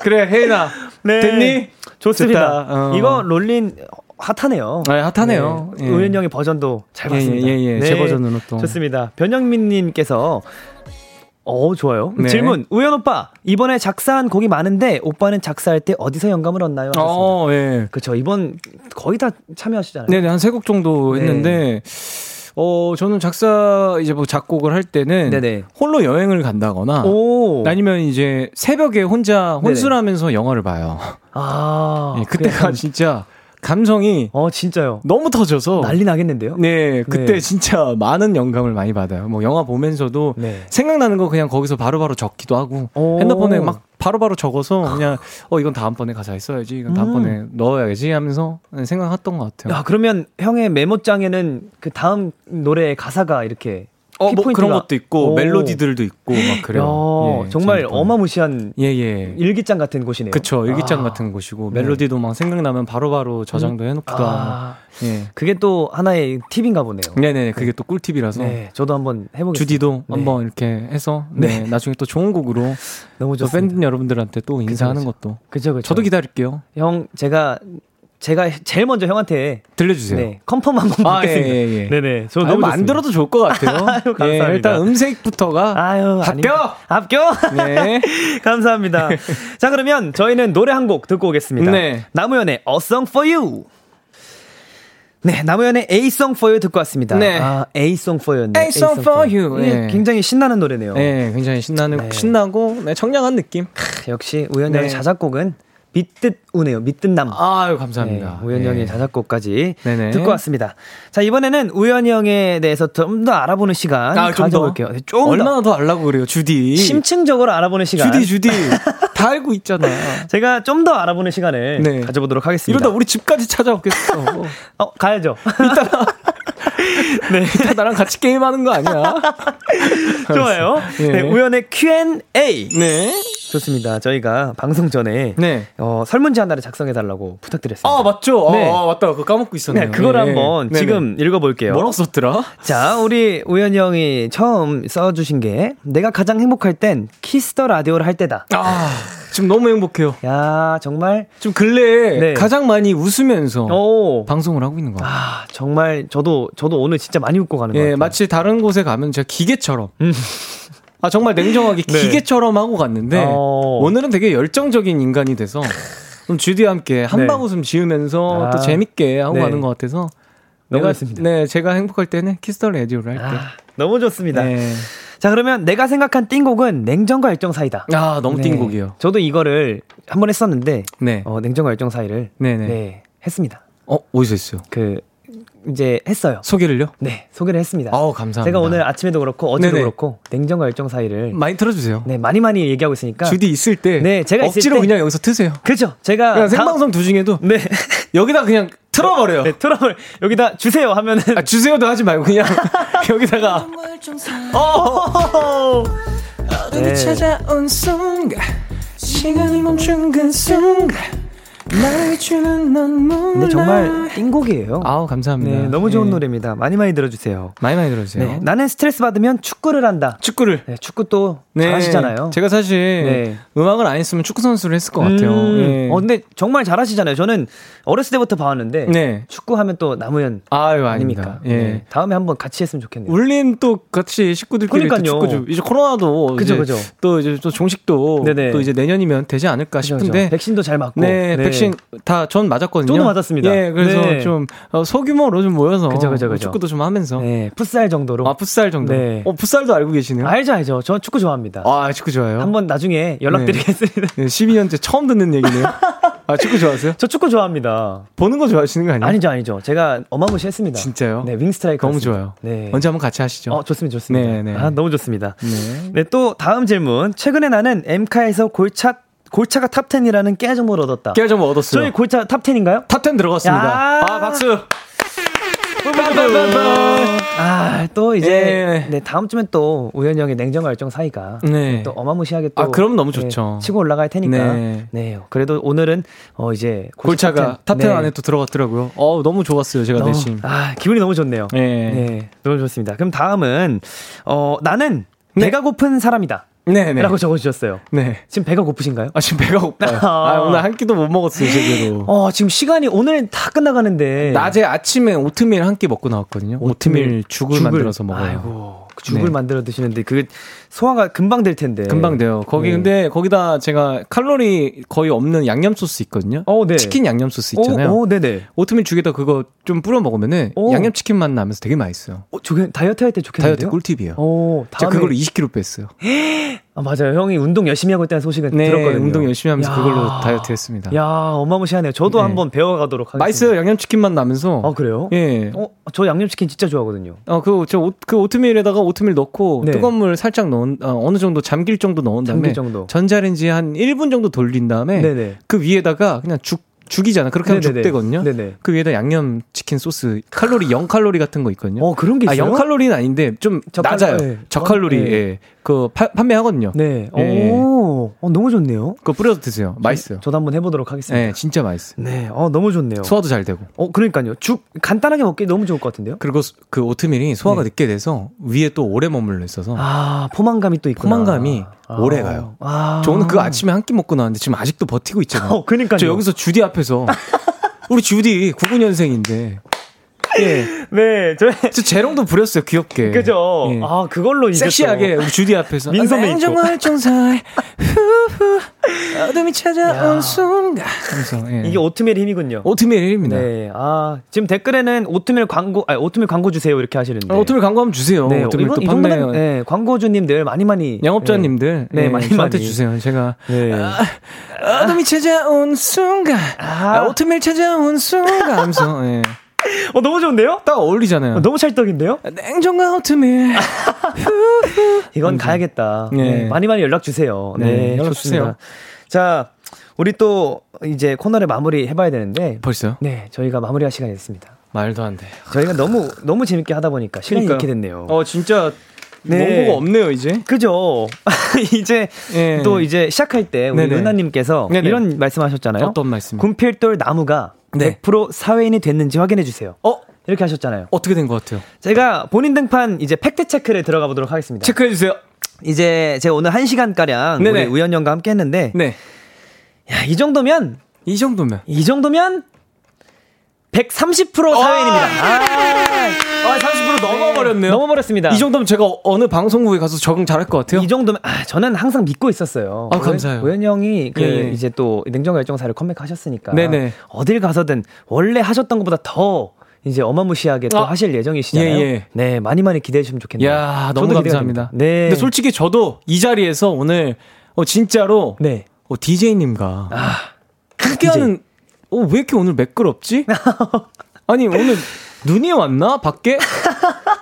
E: 그래, 혜인아.
A: 네.
E: 됐니?
A: 좋습니다.
E: 됐다. 어.
A: 이거 롤린 핫하네요.
E: 네, 핫하네요. 예.
A: 우현 형의 버전도 잘
E: 예,
A: 봤습니다. 네,
E: 예, 예, 예. 제 버전으로 또.
A: 좋습니다. 변영민님께서 어 좋아요.
E: 네.
A: 질문 우현 오빠 이번에 작사한 곡이 많은데 오빠는 작사할 때 어디서 영감을 얻나요? 하셨습니다.
E: 어, 예.
A: 그렇죠. 이번 거의 다 참여하시잖아요.
E: 네네, 한 세 곡 정도 했는데, 어, 저는 작사, 이제 뭐 작곡을 할 때는,
A: 네네.
E: 홀로 여행을 간다거나,
A: 오.
E: 아니면 이제 새벽에 혼자 혼술하면서 영화를 봐요.
A: 아.
E: 예, 그때가
A: 그냥-
E: 진짜 감성이
A: 어 진짜요.
E: 너무 터져서
A: 난리 나겠는데요?
E: 네, 그때
A: 네.
E: 진짜 많은 영감을 많이 받아요. 뭐 영화 보면서도
A: 네.
E: 생각나는 거 그냥 거기서 바로바로 적기도 하고
A: 오.
E: 핸드폰에 막 바로바로
A: <laughs>
E: 적어서 그냥 어 이건 다음번에 가사 했어야지 이건 다음번에 넣어야지 하면서 생각했던 것 같아요.
A: 야 그러면 형의 메모장에는 그 다음 노래의 가사가 이렇게
E: 어, 뭐
A: 키포인트가-
E: 그런 것도 있고
A: 오.
E: 멜로디들도 있고 막 그래요.
A: 야,
E: 예,
A: 정말
E: 재밌더라고요.
A: 어마무시한
E: 예, 예.
A: 일기장 같은 곳이네요.
E: 그쵸 일기장
A: 아,
E: 같은 곳이고
A: 네.
E: 멜로디도 막 생각나면 바로바로 저장도 해놓기도 하고.
A: 아,
E: 예.
A: 그게 또 하나의 팁인가 보네요.
E: 네네 그게 또 꿀팁이라서.
A: 네, 저도 한번 해보겠습니다.
E: 주디도
A: 네,
E: 한번 이렇게 해서 네, 나중에 또 좋은 곡으로
A: 너무
E: 또
A: 좋습니다.
E: 팬 여러분들한테 또 인사하는 것도
A: 그죠, 그죠.
E: 저도 기다릴게요.
A: 형 제가 제가 제일 먼저 형한테
E: 들려주세요.
A: 네 컨펌 한번
E: 아,
A: 받겠습니다.
E: 예, 예, 예.
A: 네네, 저
E: 아,
A: 너무
E: 뭐안
A: 좋습니다.
E: 들어도 좋을 것 <laughs> 같아요.
A: 아유, 감사합니다.
E: 예, 일단 음색부터가
A: 아유,
E: 합격!
A: 아닙니다. 합격.
E: 네.
A: <laughs> 감사합니다. 자, 그러면 저희는 노래 한 곡 듣고 오겠습니다.
E: 네.
A: 나무현의 A Song for You. 네, 나무현의 A Song for You 듣고 왔습니다.
E: 네.
A: 아, A Song for You였네요.
E: A Song for You.
A: 예,
E: 네.
A: 굉장히 신나는 노래네요.
E: 네, 굉장히 신나는 신나고 네, 청량한 느낌.
A: 역시 우연형의
E: 네.
A: 자작곡은 믿듯 우네요. 믿듯 남.
E: 아유
A: 네,
E: 감사합니다.
A: 우연형의
E: 예.
A: 자작곡까지
E: 네네.
A: 듣고 왔습니다. 자, 이번에는 우연형에 대해서 좀 더 알아보는 시간
E: 아, 좀 더.
A: 가져볼게요. 네, 좀
E: 얼마나 더 알라고 그래요, 주디.
A: 더 심층적으로 알아보는 시간.
E: 주디
A: <laughs>
E: 주디 다 알고 있잖아.
A: 제가 좀 더 알아보는 시간을
E: 네.
A: 가져보도록 하겠습니다.
E: 이러다 우리 집까지 찾아오겠어.
A: 어,
E: <laughs>
A: 가야죠. <laughs>
E: 이따 나랑 같이 게임하는 거 아니야?
A: 네. <laughs> 좋아요.
E: 예.
A: 네, 우연의 Q&A.
E: 네.
A: 좋습니다. 저희가 방송 전에
E: 네.
A: 어, 설문지 하나를 작성해 달라고 부탁드렸습니다.
E: 아 맞죠.
A: 네.
E: 아, 아, 맞다. 그거 까먹고 있었네요.
A: 네, 그걸
E: 예.
A: 한번
E: 네네.
A: 지금 읽어볼게요. 아.
E: 뭐라고 썼더라?
A: 자, 우리 우연이 형이 처음 써주신 게 내가 가장 행복할 땐 키스터 라디오를 할 때다.
E: 아 지금 너무 행복해요.
A: 야, 정말.
E: 좀 근래에
A: 네. 어.
E: 가장 많이 웃으면서
A: 오.
E: 방송을 하고 있는 거 같아요.
A: 아, 정말 저도 저도 오늘 진짜 많이 웃고 가는 것
E: 예,
A: 같아요. 음.
E: 마치 다른 곳에 가면 제가 기계처럼. 아 정말 냉정하게
A: <laughs> 네.
E: 기계처럼 하고 갔는데
A: 어.
E: 오늘은 되게 열정적인 인간이 돼서 좀 주디와 함께 한방
A: 네.
E: 웃음 지으면서
A: 아.
E: 또 재밌게 하고
A: 네.
E: 가는 것 같아서
A: 너무
E: 내가-
A: 좋습니다.
E: 네, 제가 행복할 때는 키스터 라디오를 할 때.
A: 아, 너무 좋습니다.
E: 네.
A: 자, 그러면 내가 생각한 띵곡은 냉정과 열정 사이다.
E: 아 너무
A: 네.
E: 띵 곡이에요.
A: 저도 이거를 한 번 했었는데
E: 네.
A: 어, 냉정과 열정 사이를
E: 네네.
A: 네, 했습니다.
E: 어 어디서 했어요?
A: 그 이제 했어요.
E: 소개를요?
A: 네, 소개를 했습니다.
E: 아우, 감사합니다.
A: 제가 오늘 아침에도 그렇고 어제도
E: 네네.
A: 그렇고 냉정과 열정 사이를
E: 많이 틀어주세요.
A: 네, 많이 많이 얘기하고 있으니까
E: 주디 있을 때
A: 네, 제가 있을
E: 억지로
A: 때-
E: 그냥 여기서 트세요.
A: 그렇죠. 제가
E: 그냥
A: 다음-
E: 생방송 도중에도
A: 네. <laughs>
E: 여기다 그냥 틀어버려요.
A: 네, 트럼을 여기다 주세요 하면은
E: 아, 주세요도 하지
A: <laughs>
E: 말고 그냥 아, 여기다가 어
A: 네.
E: 찾아온 순간
B: 시간이 멈춘 그 순간 나를 비추는 넌 몰라
A: 근데 정말 띵곡이에요.
E: 아우 감사합니다.
A: 네, 너무 좋은
E: 예.
A: 노래입니다. 많이 많이 들어주세요.
E: 많이 많이 들어주세요.
A: 네, 나는 스트레스 받으면 축구를 한다.
E: 축구를
A: 네, 축구 또
E: 네,
A: 잘하시잖아요.
E: 제가 사실
A: 네.
E: 음악을 안 했으면 축구 선수를 했을 것 같아요.
A: 음,
E: 예.
A: 어, 근데 정말 잘하시잖아요. 저는 어렸을 때부터 봐왔는데
E: 네.
A: 축구하면 또 남우현
E: 아유 아닙니까.
A: 아닙니까?
E: 예.
A: 네, 다음에 한번 같이 했으면 좋겠네요.
E: 울림 또 같이 식구들끼리 또
A: 그러니까요.
E: 축구 좀 이제 코로나도
A: 그죠,
E: 이제
A: 그죠.
E: 또 이제 또 종식도
A: 네네.
E: 또 이제 내년이면 되지 않을까
A: 그죠,
E: 싶은데
A: 그죠. 백신도 잘 맞고.
E: 네, 백신 다 전 맞았거든요.
A: 저도 맞았습니다.
E: 예, 그래서
A: 네.
E: 좀 어, 소규모로 좀 모여서
A: 그죠, 그죠, 그죠.
E: 축구도 좀 하면서
A: 네, 풋살 정도로.
E: 아 풋살 정도.
A: 네.
E: 어 풋살도 알고 계시네요.
A: 알죠, 알죠. 저 축구 좋아합니다.
E: 아 축구 좋아요.
A: 한번 나중에 연락드리겠습니다.
E: 네, 12년째 처음 듣는 얘기네요. 아 축구 좋아하세요?
A: <laughs> 저 축구 좋아합니다.
E: 보는 거 좋아하시는 거 아니에요?
A: 아니죠, 아니죠. 제가 어마무시했습니다.
E: 네. 진짜요?
A: 네, 윙스트라이크.
E: 너무 좋아요.
A: 네.
E: 언제 한번 같이 하시죠.
A: 어, 좋습니다, 좋습니다.
E: 네, 네.
A: 아, 너무 좋습니다.
E: 네.
A: 네, 또 다음 질문. 최근에 나는 엠카에서 골차, 골차가 탑10이라는 깨알 정보를 얻었다.
E: 깨알 정보 얻었어요.
A: 저희 골차 탑10인가요?
E: 그렇죠. 탑10 들어갔습니다.
A: 야.
E: 아 박수.
A: 아, 또 이제,
E: 예.
A: 네, 다음 주면 또 우연히 형의 냉정과 열정 사이가
E: 네.
A: 또 어마무시하게 또
E: 아, 그럼 너무
A: 네,
E: 좋죠.
A: 치고 올라갈 테니까.
E: 네.
A: 네. 그래도 오늘은 어 이제 골차
E: 골차가
A: 탑10. 네.
E: 탑10 안에 또 들어갔더라고요. 어 너무 좋았어요 제가
A: 너무-
E: 내심.
A: 아, 기분이 너무 좋네요.
E: 네.
A: 네, 너무 좋습니다. 그럼 다음은 어 나는 배가 고픈 사람이다.
E: 네. 네네.
A: 라고 적어 주셨어요.
E: 네.
A: 지금 배가 고프신가요?
E: 아 지금 배가 고파요. 아, 오늘 한 끼도 못 먹었어요 제대로.
A: 어, 지금 시간이 오늘 다 끝나가는데
E: 낮에 아침에 오트밀 한 끼 먹고 나왔거든요. 오트밀 죽을, 만들어서 먹어요.
A: 아이고. 그 죽을
E: 네.
A: 만들어 드시는데 그게 소화가 금방 될 텐데.
E: 금방 돼요. 거기
A: 네.
E: 근데 거기다 제가 칼로리 거의 없는 양념 소스 있거든요.
A: 어, 네.
E: 치킨 양념 소스 있잖아요.
A: 오, 오, 네네.
E: 오트밀 죽에다 그거 좀 뿌려 먹으면은
A: 오.
E: 양념 치킨 맛 나면서 되게 맛있어요.
A: 어, 저게 다이어트 할 때 좋겠는데요?
E: 다이어트 꿀팁이에요.
A: 오,
E: 제가
A: 다음에
E: 그걸로 20kg 뺐어요.
A: 아, 맞아요. 형이 운동 열심히 하고 있다는 소식은
E: 네,
A: 들었거든요.
E: 운동 열심히 하면서
A: 야.
E: 그걸로 다이어트 했습니다.
A: 야, 어마무시하네요. 저도
E: 네.
A: 한번 배워가도록 하겠습니다.
E: 맛있어요. 양념 치킨 맛 나면서.
A: 아, 그래요?
E: 예.
A: 어, 저 양념치킨 진짜 좋아하거든요.
E: 어, 그, 저, 오, 그 오트밀에다가 오트밀 넣고
A: 네.
E: 뜨거운 물 살짝 넣은, 어, 어느 정도 잠길 정도 넣은 다음에
A: 잠길 정도.
E: 전자레인지 한 1분 정도 돌린 다음에
A: 네네.
E: 그 위에다가 그냥 죽, 죽이잖아. 그렇게 하면
A: 네네네.
E: 죽되거든요.
A: 네네.
E: 그 위에다 양념 치킨 소스 칼로리 0 칼로리 같은 거 있거든요.
A: 어, 그런 게
E: 아,
A: 있어요?
E: 0 칼로리는 아닌데 좀
A: 저칼-
E: 낮아요.
A: 네.
E: 저칼로리.
A: 어, 네.
E: 예. 그 파- 판매하거든요.
A: 네.
E: 예.
A: 오, 어, 너무 좋네요.
E: 그거 뿌려서 드세요. 맛있어요.
A: 저도 한번 해보도록 하겠습니다.
E: 예, 진짜 맛있어요.
A: 네, 어, 너무 좋네요.
E: 소화도 잘 되고.
A: 어, 그러니까요. 죽 간단하게 먹기 너무 좋을 것 같은데요?
E: 그리고 소- 그 오트밀이 소화가
A: 네.
E: 늦게 돼서 위에 또 오래 머물러 있어서
A: 아, 포만감이 또 있구나.
E: 포만감이 오래 가요.
A: 아.
E: 저는 그 아침에 한 끼 먹고 나왔는데 지금 아직도 버티고 있잖아요.
A: 어, 그니까요.
E: 저 여기서 주디 앞에서 우리 주디 99년생인데 예.
A: 네, 저
E: 저 재롱도 부렸어요. 귀엽게.
A: 그죠.
E: 예.
A: 아, 그걸로 이제
E: 섹시하게
A: 또-
E: 우리 주디 앞에서
A: 민소매 입고.
E: 정사의 후후 어둠이
A: 야.
E: 찾아온 순간. 하면서, 예.
A: 네. 이게 오트밀의 힘이군요.
E: 오트밀입니다.
A: 네. 아, 지금 댓글에는 오트밀 광고, 아니, 오트밀 광고 주세요. 이렇게 하시는데.
E: 아, 오트밀 광고 한번 주세요.
A: 네,
E: 오트밀
A: 이건-
E: 또
A: 이
E: 판매.
A: 정도면, 네, 광고주님들 많이 많이.
E: 영업자님들
A: 네,
E: 예,
A: 많이
E: 저한테
A: 많이.
E: 주세요. 제가
A: 네. 네.
E: 어둠이 찾아온 순간 아, 오트밀 찾아온 순간 하면서 예.
A: 어, 너무 좋은데요?
E: 딱 어울리잖아요.
A: 어, 너무 찰떡인데요?
E: 냉정과 오트밀.
A: 이건 가야겠다.
E: 음. 네.
A: 네, 많이 많이 연락 주세요. 네,
E: 네,
A: 연락 주세요.
E: 좋습니다.
A: 자, 우리 또 이제 코너를 마무리 해봐야 되는데.
E: <laughs> 벌써요?
A: 네, 저희가 마무리할 시간이 됐습니다.
E: 말도 안 돼.
A: 저희가 너무 너무 재밌게 하다 보니까 시간이 이렇게 됐네요.
E: 어 진짜
A: 네.
E: 원고가 없네요 이제.
A: 그죠? <laughs> 이제
E: 예.
A: 또 이제 시작할 때 우리
E: 네네.
A: 은하님께서
E: 네네.
A: 이런 말씀하셨잖아요.
E: 어떤 말씀?
A: 군필돌 나무가
E: 네.
A: 100% 사회인이 됐는지 확인해 주세요.
E: 어
A: 이렇게 하셨잖아요.
E: 어떻게 된 것 같아요?
A: 제가 본인 등판 이제 팩트 체크를 들어가 보도록 하겠습니다.
E: 체크해 주세요.
A: 이제 제가 오늘 1 시간 가량
E: 네네.
A: 우리 우연영과 함께했는데
E: 네.
A: 야, 이 정도면
E: 이 정도면.
A: 이 정도면 130% 사회인입니다.
E: 어, 아 30% 넘어 버렸네요.
A: 네. 넘어버렸습니다.
E: 이 정도면 제가 어느 방송국에 가서 적응 잘할 것 같아요.
A: 이 정도면 아 저는 항상 믿고 있었어요.
E: 아, 감사해요.
A: 오연 형이 그
E: 예, 예.
A: 이제 또 냉정 결정사를 컴백하셨으니까
E: 네네.
A: 어딜 가서든 원래 하셨던 것보다 더 이제 어마무시하게 또
E: 아.
A: 하실 예정이시잖아요.
E: 예, 예.
A: 네 많이 많이 기대해 주시면 좋겠네요.
E: 야
A: 저도
E: 너무
A: 기대가
E: 감사합니다.
A: 됩니다. 네.
E: 근데 솔직히 저도 이 자리에서 오늘 어, 진짜로
A: 네.
E: 어, DJ님과
A: <laughs>
E: 함께하는 어, 왜 이렇게 오늘 매끄럽지? 아니 오늘 눈이 왔나? 밖에?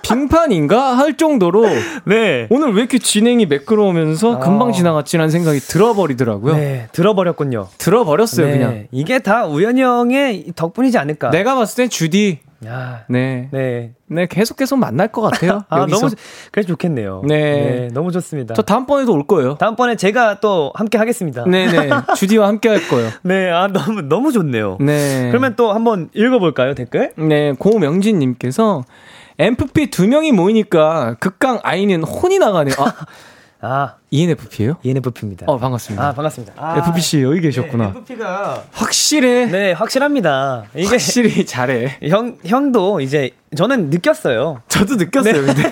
E: 빙판인가? 할 정도로
A: 네.
E: 오늘 왜 이렇게 진행이 매끄러우면서 금방 지나갔지라는 생각이 들어버리더라고요.
A: 아. 네, 들어버렸군요.
E: 들어버렸어요,
A: 네,
E: 그냥.
A: 이게 다 우연이 형의 덕분이지 않을까.
E: 내가 봤을 땐 주디,
A: 야,
E: 네. 네.
A: 네.
E: 계속 계속 만날 것 같아요.
A: <laughs> 아,
E: 여기서.
A: 너무, 그래서 좋겠네요.
E: 네.
A: 너무 좋습니다.
E: 저 다음번에도 올 거예요.
A: 다음번에 제가 또 함께 하겠습니다.
E: 네네. 주디와 함께 할 거예요.
A: 네, 아, 너무, 너무 좋네요.
E: 네.
A: 그러면 또 한번 읽어볼까요, 댓글?
E: 네, 고명진님께서 MFP 두 명이 모이니까 극강 아이는 혼이 나가네요.
A: <laughs>
E: 아,
A: 아,
E: ENFP예요?
A: ENFP입니다.
E: 어, 반갑습니다.
A: 아, 반갑습니다. 아,
E: FP 씨 여기 계셨구나.
A: FP가.
E: 확실해.
A: 네, 확실합니다. 이게 <laughs>
E: <laughs> 확실히 잘해.
A: 형, 형도 이제 저는 느꼈어요.
E: 저도 느꼈어요. 근데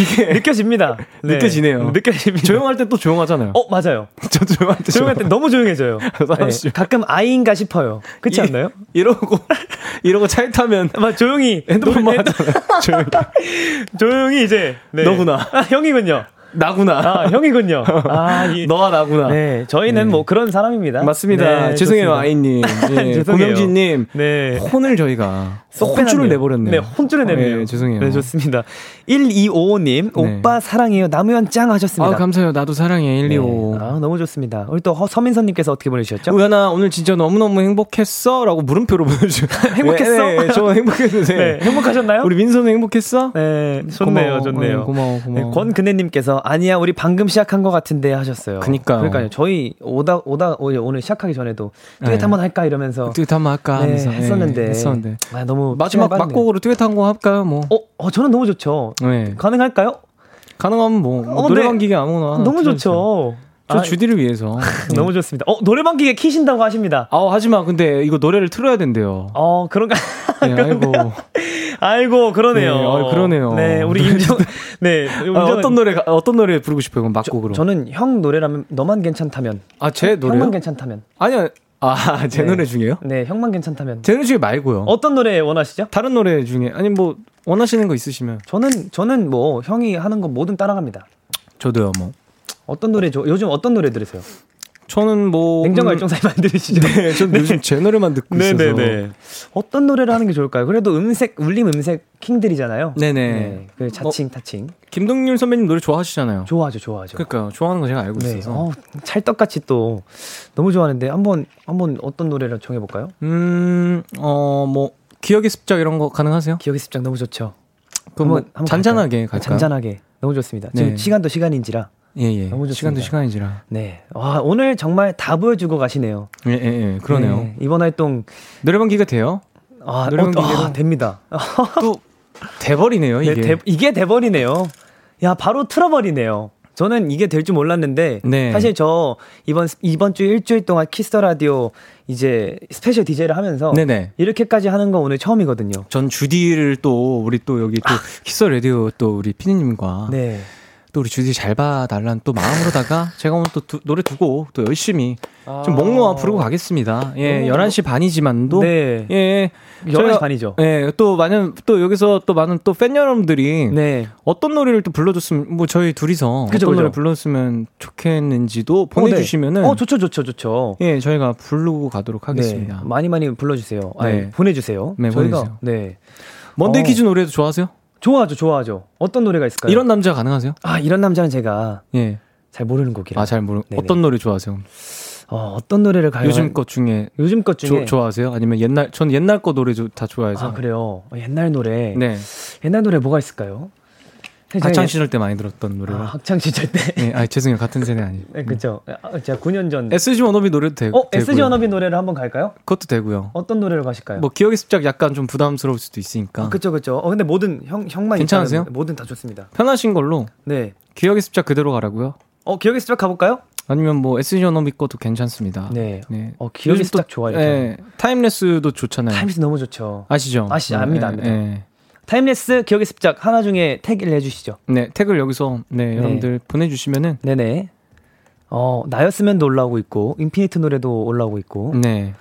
E: 이게
A: 느껴집니다. 네.
E: <laughs> 느껴지네요.
A: 느껴집니다.
E: <laughs> 조용할 때 또 조용하잖아요.
A: 어,
E: <laughs>
A: 맞아요.
E: 저 조용할 때
A: 조용할 때 너무 조용해져요.
E: <laughs> 사람 예.
A: 네,
E: 씨.
A: 가끔 아이인가 싶어요. 그렇지
E: 이-
A: 않나요?
E: 이러고 <laughs> 이러고 차에 타면
A: 막 조용히
E: 핸드폰만
A: 노- <laughs>
E: 하잖아요. 조용히.
A: 조용히 이제 네.
E: 너구나.
A: 아, 형이군요.
E: 나구나.
A: 아,
E: <laughs>
A: 형이군요. 아, 이-
E: 너와
A: <laughs>
E: 나구나.
A: 네, 저희는 뭐 그런 사람입니다.
E: 맞습니다.
A: 네,
E: 죄송해요,
A: 좋습니다. <laughs>
E: 아이님. 예,
A: 죄송해요.
E: 고명진님.
A: 네.
E: 혼을 저희가
A: 쏙
E: 혼쭐을
A: 빼놨네요.
E: 내버렸네요.
A: 네, 혼쭐을 내네요.
E: 예, 죄송해요.
A: 네, 좋습니다. 1255님,
E: 네.
A: 오빠 사랑해요. 남우현 짱 하셨습니다.
E: 아, 감사해요. 나도 사랑해. 125.
A: 네. 아, 너무 좋습니다. 우리 또 허- 서민선님께서 어떻게 보내주셨죠?
E: 우연아 오늘 진짜 너무너무 행복했어 라고 물음표로 <laughs> 보내주
A: <laughs> 행복했어?
E: 네, 네, 저
A: <laughs>
E: 행복했는데
A: 네, 행복하셨나요?
E: 우리 민서는 행복했어?
A: 네, 좋네요,
E: 고마워.
A: 좋네요.
E: 네, 고마워, 고마워.
A: 권근혜님께서 아니야, 우리 방금 시작한 것 같은데 하셨어요.
E: 그니까요.
A: 그러니까요. 저희 오다 오다 오늘 시작하기 전에도 듀엣
E: 네.
A: 한번 할까 이러면서
E: 듀엣 한번 할까
A: 네,
E: 하면서 네,
A: 했었는데,
E: 했었는데.
A: 아, 너무
E: 마지막
A: 시간이 빠르네요.
E: 막곡으로 듀엣 한거 할까요? 뭐
A: 어, 어, 저는 너무 좋죠.
E: 네.
A: 가능할까요?
E: 가능하면 뭐, 뭐
A: 어, 네.
E: 노래방 기계 아무거나 하나
A: 너무
E: 틀어주세요.
A: 좋죠.
E: 저
A: 아, <laughs>
E: 주디를 네. 위해서
A: 너무 좋습니다. 어, 노래방 기계 키신다고 하십니다.
E: 아 하지마 근데 이거 노래를 틀어야 된대요
A: 어, 그런가. <laughs>
E: 네, 아이고
A: 아이고, 그러네요.
E: 네, 어, 그러네요.
A: 네, 우리 임정, 네, 임정은-
E: 아, 어떤 노래 어떤 노래 부르고 싶어요 그럼 막곡으로
A: 저는 형 노래라면 너만 괜찮다면.
E: 아 제 노래요?
A: 형만 괜찮다면.
E: 아니요 아제
A: 네.
E: 노래 중에요?
A: 네, 형만 괜찮다면.
E: 제 노래 중에 말고요
A: 어떤 노래 원하시죠?
E: 다른 노래 중에 아니 뭐 원하시는 거 있으시면
A: 저는 저는 뭐 형이 하는 거 뭐든 따라갑니다.
E: 저도요 뭐
A: 어떤 노래 좋- 요즘 어떤 노래 들으세요?
E: 저는 뭐
A: 냉정
E: 음,
A: 갈정사에 만드시죠?
E: <laughs> 네, 전 요즘 제 노래만 <laughs> 듣고 있어서
A: 네네네. 어떤 노래를 하는 게 좋을까요? 그래도 음색 울림 음색 킹들이잖아요.
E: 네네.
A: 그 자칭 타칭
E: 김동률 선배님 노래 좋아하시잖아요
A: 좋아하죠, 좋아하죠.
E: 그러니까 좋아하는 거 제가 알고
A: 네.
E: 있어서
A: 어, 찰떡같이 또 너무 좋아하는데 한번 한번 어떤 노래를 정해 볼까요?
E: 음, 음어뭐 기억의 습작 이런 거 가능하세요?
A: 기억의 습작 너무 좋죠.
E: 그럼 뭐
A: 한번- 한번
E: 잔잔하게
A: 갈까요? 아,
E: 갈까요?
A: 잔잔하게 너무 좋습니다.
E: 네.
A: 지금 시간도 시간인지라.
E: 예예
A: 너무 좋습니다.
E: 시간도 시간이지라
A: 네. 와, 오늘 정말 다 보여주고 가시네요.
E: 예예예 그러네요
A: 네, 이번 활동
E: 노래방 기가 돼요?
A: 아,
E: 노래방
A: 어, 아
E: 기계로.
A: 됩니다.
E: 또 돼버리네요
A: 네,
E: 어, 이게
A: 돼- 이게 돼버리네요. 야, 바로 틀어버리네요. 저는 이게 될 줄 몰랐는데
E: 네.
A: 사실 저 이번 스- 이번 주 일주일 동안 키스터 라디오 이제 스페셜 DJ를 하면서
E: 네네
A: 이렇게까지 하는 건 오늘 처음이거든요.
E: 전 주디를 또 우리 또 여기 또 키스 라디오 또 우리 피디님과
A: 아. 네.
E: 또 우리 주디 잘 봐달라는
A: <laughs>
E: 또 마음으로다가 제가 오늘 또 두- 노래 두 곡 또 열심히 좀 목놓아 부르고 가겠습니다. 예, 11시 반이지만도
A: 뭐 네.
E: 예,
A: 11시 반이죠.
E: 예, 또 많은 또 여기서 또 많은 또 팬 여러분들이
A: 네.
E: 어떤 노래를 또 불러줬으면 뭐 저희 둘이서
A: 그죠,
E: 어떤 노래
A: 그죠.
E: 불러줬으면 좋겠는지도 보내주시면은
A: 어, 네. 어, 좋죠, 좋죠, 좋죠.
E: 예, 저희가 부르고 가도록 하겠습니다.
A: 네. 많이 많이 불러주세요. 아니,
E: 네.
A: 보내주세요.
E: 네,
A: 저희가
E: 보내주세요.
A: 네.
E: 먼데이
A: 어.
E: 키즈 노래도 좋아하세요?
A: 좋아하죠, 좋아하죠. 어떤 노래가 있을까요?
E: 이런 남자 가능하세요?
A: 아 이런 남자는 제가
E: 예,
A: 잘 모르는 곡이라.
E: 아 잘 모르.
A: 네네.
E: 어떤 노래 좋아하세요?
A: 어, 어떤 노래를 가요?
E: 요즘 것 중에
A: 요즘 것 중에
E: 조- 좋아하세요? 아니면 옛날 전 옛날 거 노래 조- 다 좋아해서.
A: 아 그래요. 어, 옛날 노래.
E: 네.
A: 옛날 노래 뭐가 있을까요? 제가
E: 학창
A: 옛-
E: 시절 때 많이 들었던 노래가.
A: 아, 학창 시절 때. <laughs>
E: 네, 아 죄송해요. 같은 세대 아니에요.
A: 네, 그쵸. 아, 제가 9년 전.
E: SG 원업이 노래도 되고.
A: 어, SG 연합의 노래를 한번 갈까요?
E: 그것도 되고요.
A: 어떤 노래로 가실까요?
E: 뭐 기억의 습작 약간 좀 부담스러울 수도 있으니까.
A: 아, 그쵸, 그쵸. 어, 근데 뭐든 형, 형만
E: 괜찮으세요?
A: 있다면 뭐든 다 좋습니다.
E: 편하신 걸로
A: 네.
E: 기억의 습작 그대로 가라고요.
A: 어, 기억의 습작 가볼까요?
E: 아니면 뭐 SG 원업이 것도 괜찮습니다.
A: 네. 어, 기억의
E: 요즘 네. 또,
A: 습작 좋아요.
E: 예, 타임레스도 좋잖아요.
A: 타임스 너무 좋죠.
E: 아시죠?
A: 아시-
E: 네,
A: 압니다,
E: 예,
A: 압니다.
E: 예.
A: 타임레스 기억의 습작 하나 중에 태기를 해주시죠.
E: 네, 태그를 여기서 네, 여러분들 보내주시면은
A: 네네. 어, 나였으면도 올라오고 있고, 인피니트 노래도 올라오고 있고,
E: 네.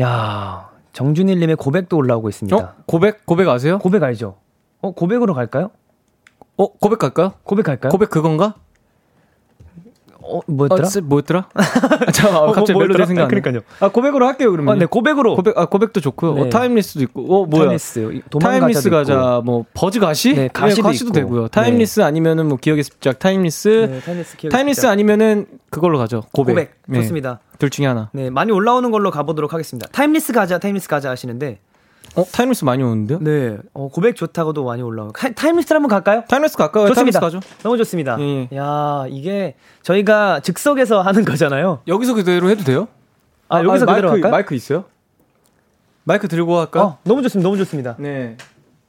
A: 야 정준일님의 고백도 올라오고 있습니다.
E: 어 고백 고백 아세요?
A: 고백 알죠? 어, 고백으로 갈까요?
E: 어 고백 갈까요?
A: 고백 갈까요?
E: 고백 그건가?
A: 어, 뭐였더라?
E: 어, 쓰-
A: <laughs>
E: 뭐였더라? 아, 잠깐만, 어,
A: 어,
E: 갑자기
A: 뭐,
E: 멜로디
A: 뭐였더라?
E: 생각
A: 아,
E: 안 나.
A: 그러니까요.
E: 아, 고백으로 할게요, 그러면.
A: 아, 네, 고백으로.
E: 고백, 아, 고백도 좋고요.
A: 네.
E: 어, 타임리스도 있고, 어, 뭐야.
A: 타임리스. 도망가자도
E: 타임리스
A: 있고.
E: 가자, 뭐, 버즈 가시?
A: 네, 가시도 있고.
E: 되고요. 타임리스 아니면은 뭐, 기억의 습작, 타임리스.
A: 네, 타임리스 기억의
E: 타임리스
A: 습작.
E: 아니면은 그걸로 가죠. 고백.
A: 고백.
E: 네.
A: 좋습니다.
E: 둘 중에 하나.
A: 네, 많이 올라오는 걸로 가보도록 하겠습니다. 타임리스 가자, 타임리스 가자 하시는데,
E: 어, 타임리스 많이 오는데요?
A: 네, 어, 고백 좋다고도 많이 올라오고, 타- 타임리스를 한번 갈까요?
E: 어, 타임리스 가까워요.
A: 좋습니다.
E: 타임리스 가죠.
A: 너무 좋습니다.
E: 예, 예.
A: 야, 이게 저희가 즉석에서 하는 거잖아요.
E: 여기서 그대로 해도 돼요?
A: 아, 여기서
E: 마이크,
A: 그대로 할까요?
E: 마이크 있어요? 마이크 들고 할까요?
A: 어, 너무 좋습니다. 너무 좋습니다.
E: 네.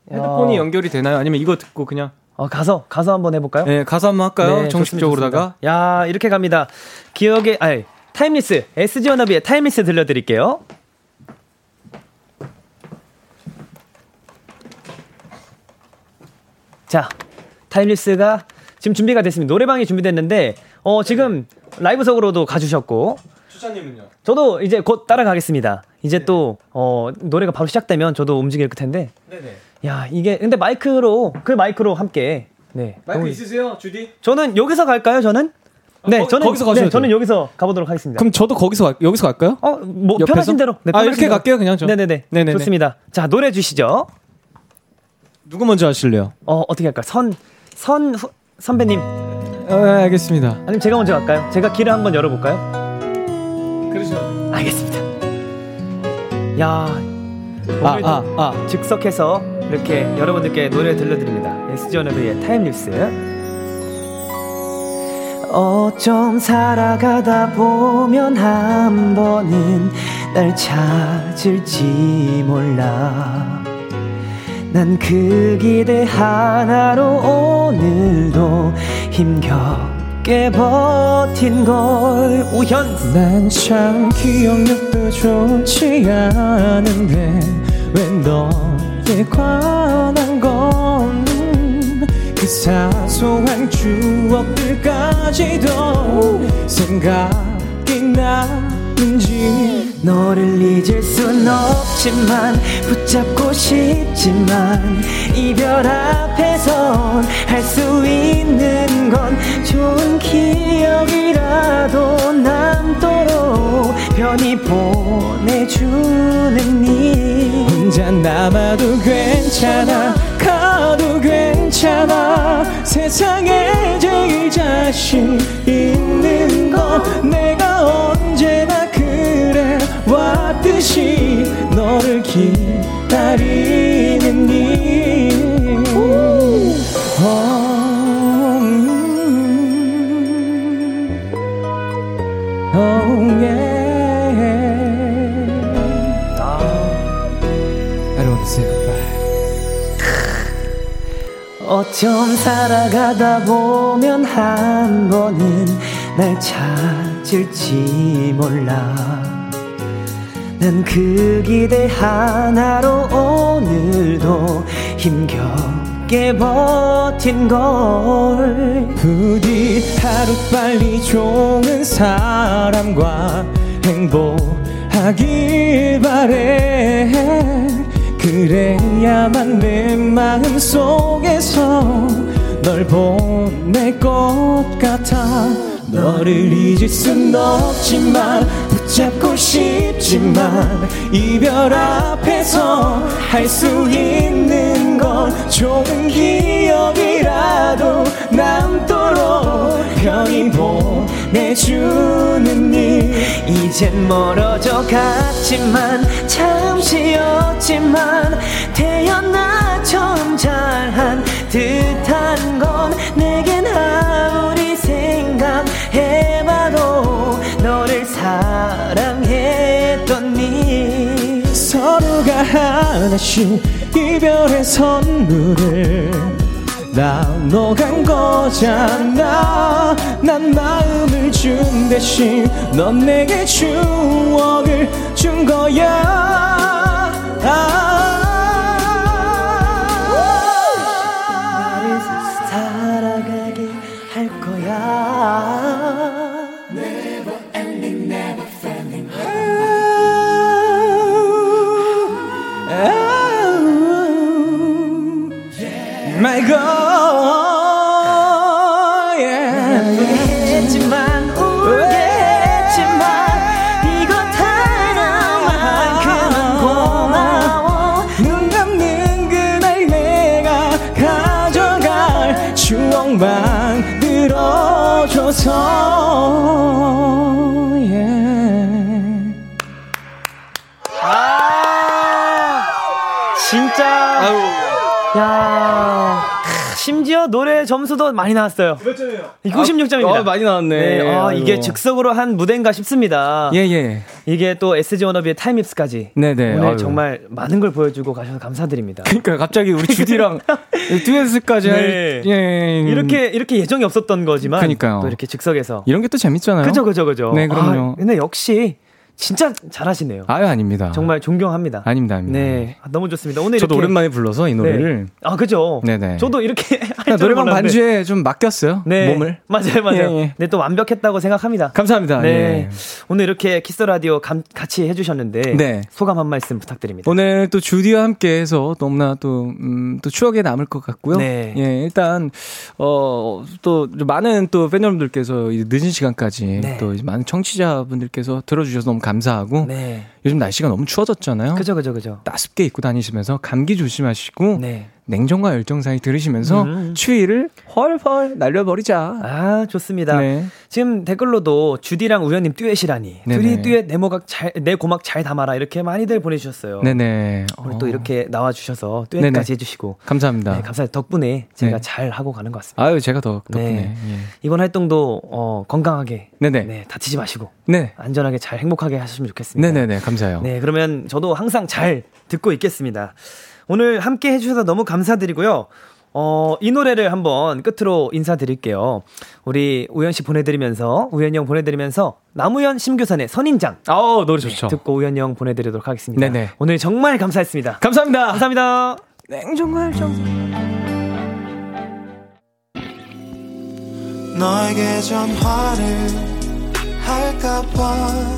E: 헤드폰이
A: 야.
E: 연결이 되나요? 아니면 이거 듣고 그냥
A: 어, 가서 가서 한번 해 볼까요?
E: 네, 가서 한번 할까요? 정식적으로다가
A: 야, 이렇게 갑니다. 기억의 아니, 타임리스 SG 워너비의 타임리스 들려 드릴게요. 자, 타임리스가 지금 준비가 됐습니다. 노래방이 준비됐는데 어, 지금 라이브석으로도 가 주셨고
E: 추자님은요?
A: 저도 이제 곧 따라가겠습니다. 이제 또, 어, 노래가 바로 시작되면 저도 움직일 텐데.
E: 네네.
A: 야, 이게, 근데 마이크로, 그 마이크로 함께. 네.
E: 마이크
A: 너무-
E: 있으세요, 주디?
A: 저는 여기서 갈까요, 저는? 네,
E: 거기-
A: 저는.
E: 어, 거기서 가셔도
A: 네, 저는
E: 돼요.
A: 여기서 가보도록 하겠습니다.
E: 그럼 저도 거기서 갈- 여기서 갈까요?
A: 어, 뭐,
E: 옆에서?
A: 편하신 대로.
E: 아, 이렇게 갈게요, 그냥 저.
A: 네네네.
E: 네네네.
A: 좋습니다. 자, 노래 주시죠.
E: 누구 먼저 하실래요?
A: 어, 어떻게 할까? 선, 선, 후- 선배님.
E: 아, 알겠습니다.
A: 아니면 제가 먼저 갈까요? 제가 길을 한번 열어볼까요? 그러시죠. 알겠습니다. 야,
E: 아,
A: 오늘도
E: 아, 아.
A: 즉석해서 이렇게 여러분들께 노래 들려드립니다. SG워너비의 타임뉴스. 어쩜 살아가다 보면 한 번은 날 찾을지 몰라. 난 그 기대 하나로 오늘도 힘겹게 버틴 걸. 우현!
B: 난 참 기억력도 좋지 않은데 왜 너에 관한 거는 그 사소한 추억들까지도 생각이 나는지
A: 너를 잊을 순 없지만 붙잡고 싶지만 이별 앞에선 할 수 있는 건 좋은 기억이라도 남도록 편히 보내주는 니
B: 혼자 남아도 괜찮아 가도 괜찮아 세상에 제일 자신 있는 거 내가 언제나 그래 왔듯이 너를 기다리는 일 어, 음. oh, yeah. I don't wanna say goodbye.
A: 어쩜 살아가다 보면 한 번은 날 찾을지 몰라 난 그 기대 하나로 오늘도 힘겹게 버틴 걸
B: 부디 하루빨리 좋은 사람과 행복하길 바래 그래야만 내 마음 속에서 널 보낼 것 같아 너를 잊을 순 없지만 붙잡고 싶지만 이별 앞에서 할 수 있는 건 좋은 기억이라도 남도록 편히 보내주는 일
A: 이젠 멀어져 갔지만 잠시였지만 태어나 처음 잘한 듯한 건 내겐 아무리 생각해봐도 너를 사랑했던 니
B: 서로가 하나씩 이별의 선물을 나눠간 거잖아 난 마음을 준 대신 넌 내게 추억을 준 거야 아.
A: 살아가게 할 거야
B: Oh. Oh. My God, yeah.
A: 했지만 진짜. 야 크, 심지어 노래 점수도 많이 나왔어요. 몇 점이에요? 96점입니다.
E: 어,
C: 아, 많이 나왔네.
A: 네, 아,
C: 아이고.
A: 이게 즉석으로 한 무대인가 싶습니다.
E: 예, 예.
A: 이게 또 SG 워너비의 타임입스까지
E: 네네.
A: 오늘
E: 아유.
A: 정말 많은 걸 보여주고 가셔서 감사드립니다.
E: 그러니까 갑자기 우리
A: <laughs>
E: 주디랑 듀엣까지 할.
A: 네.
E: 예, 예, 예.
A: 이렇게 이렇게 예정이 없었던 거지만
E: 그러니까요.
A: 또 이렇게 즉석에서
E: 이런 게 또 재밌잖아요.
A: 그죠 그죠 그죠.
E: 네, 그럼요.
A: 아, 근데 역시 진짜 잘하시네요.
E: 아유 아닙니다.
A: 정말 존경합니다.
E: 아닙니다, 아닙니다.
A: 네, 아, 너무 좋습니다. 오늘
C: 저도
A: 이렇게-
C: 오랜만에 불러서 이
A: 네.
C: 노래를
A: 아 그죠.
E: 네네.
A: 저도 이렇게 <laughs> 할
E: 그냥
A: 줄은
E: 그러니까 노래방
A: 몰랐는데.
E: 반주에 좀 맡겼어요.
A: 네.
E: 몸을.
A: 맞아요, 맞아요.
E: 예, 예.
A: 네, 또 완벽했다고 생각합니다.
E: 감사합니다.
A: 네.
E: 예.
A: 오늘 이렇게 키스 라디오 감- 같이 해주셨는데
E: 네.
A: 소감 한 말씀 부탁드립니다.
E: 오늘 또 주디와 함께 해서 너무나 또, 음, 또 추억에 남을 것 같고요.
A: 네.
E: 예, 일단, 어, 또 많은 또 팬 여러분들께서 이 늦은 시간까지
A: 네.
E: 또 이제 많은 청취자분들께서 들어주셔서 너무 감사하고
A: 네.
E: 요즘 날씨가 너무 추워졌잖아요.
A: 그죠, 그죠, 그죠.
E: 따숩게 입고 다니시면서 감기 조심하시고
A: 네.
E: 냉정과 열정 사이 들으시면서
A: 음.
E: 추위를 헐헐 날려버리자.
A: 아 좋습니다.
E: 네.
A: 지금 댓글로도 주디랑 우연님 듀엣이라니.
E: 네네.
A: 둘이 듀엣 내 모각 잘, 내 고막 잘 담아라 이렇게 많이들 보내주셨어요.
E: 네네.
A: 오늘
E: 어,
A: 또 이렇게 나와주셔서 듀엣까지
E: 네네.
A: 해주시고
E: 감사합니다.
A: 네, 감사해요. 덕분에 제가
E: 네.
A: 잘 하고 가는 것 같습니다.
E: 아유 제가 더 덕분에.
A: 네.
E: 예.
A: 이번 활동도 어, 건강하게
E: 네네.
A: 네, 다치지 마시고
E: 네.
A: 안전하게 잘 행복하게 하셨으면 좋겠습니다.
E: 네네네. 감사해요.
A: 네, 그러면 저도 항상 잘 듣고 있겠습니다. 오늘 함께 해주셔서 너무 감사드리고요. 어, 이 노래를 한번 끝으로 인사드릴게요. 우리 우연 씨 보내드리면서, 우연이 형 보내드리면서, 남우현 심교산의 선인장 네,
E: 아우 노래 좋죠.
A: 듣고 우연이 형 보내드리도록 하겠습니다.
E: 네네.
A: 오늘 정말 감사했습니다.
E: 감사합니다.
A: 감사합니다.
B: 너에게 전화를 할까봐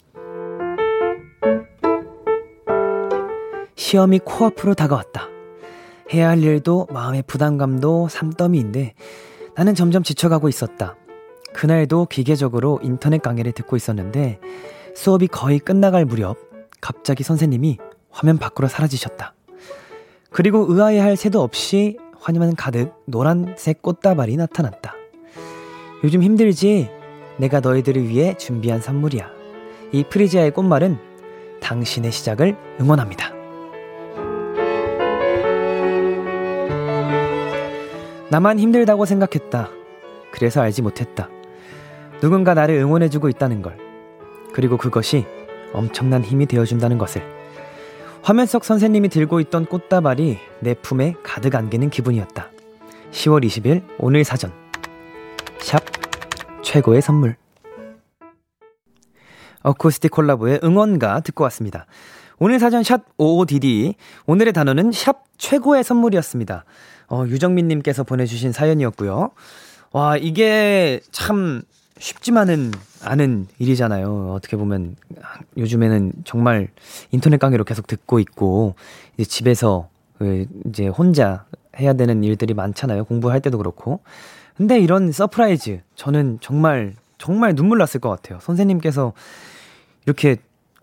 A: 시험이 코앞으로 다가왔다. 해야 할 일도 마음의 부담감도 삼더미인데 나는 점점 지쳐가고 있었다. 그날도 기계적으로 인터넷 강의를 듣고 있었는데 수업이 거의 끝나갈 무렵 갑자기 선생님이 화면 밖으로 사라지셨다. 그리고 의아해할 새도 없이 화면 가득 노란색 꽃다발이 나타났다. 요즘 힘들지? 내가 너희들을 위해 준비한 선물이야. 이 프리지아의 꽃말은 당신의 시작을 응원합니다. 나만 힘들다고 생각했다. 그래서 알지 못했다. 누군가 나를 응원해주고 있다는 걸. 그리고 그것이 엄청난 힘이 되어준다는 것을. 화면 속 선생님이 들고 있던 꽃다발이 내 품에 가득 안기는 기분이었다. 10월 20일 오늘 사전. 샵 최고의 선물. 어쿠스틱 콜라보의 응원가 듣고 왔습니다. 오늘 사전 샵 55DD 오늘의 단어는 샵 최고의 선물이었습니다. 어, 유정민 님께서 보내주신 사연이었고요. 와 이게 참 쉽지만은 않은 일이잖아요. 어떻게 보면 요즘에는 정말 인터넷 강의로 계속 듣고 있고 이제 집에서 그 이제 혼자 해야 되는 일들이 많잖아요. 공부할 때도 그렇고. 근데 이런 서프라이즈 저는 정말 정말 눈물 났을 것 같아요. 선생님께서 이렇게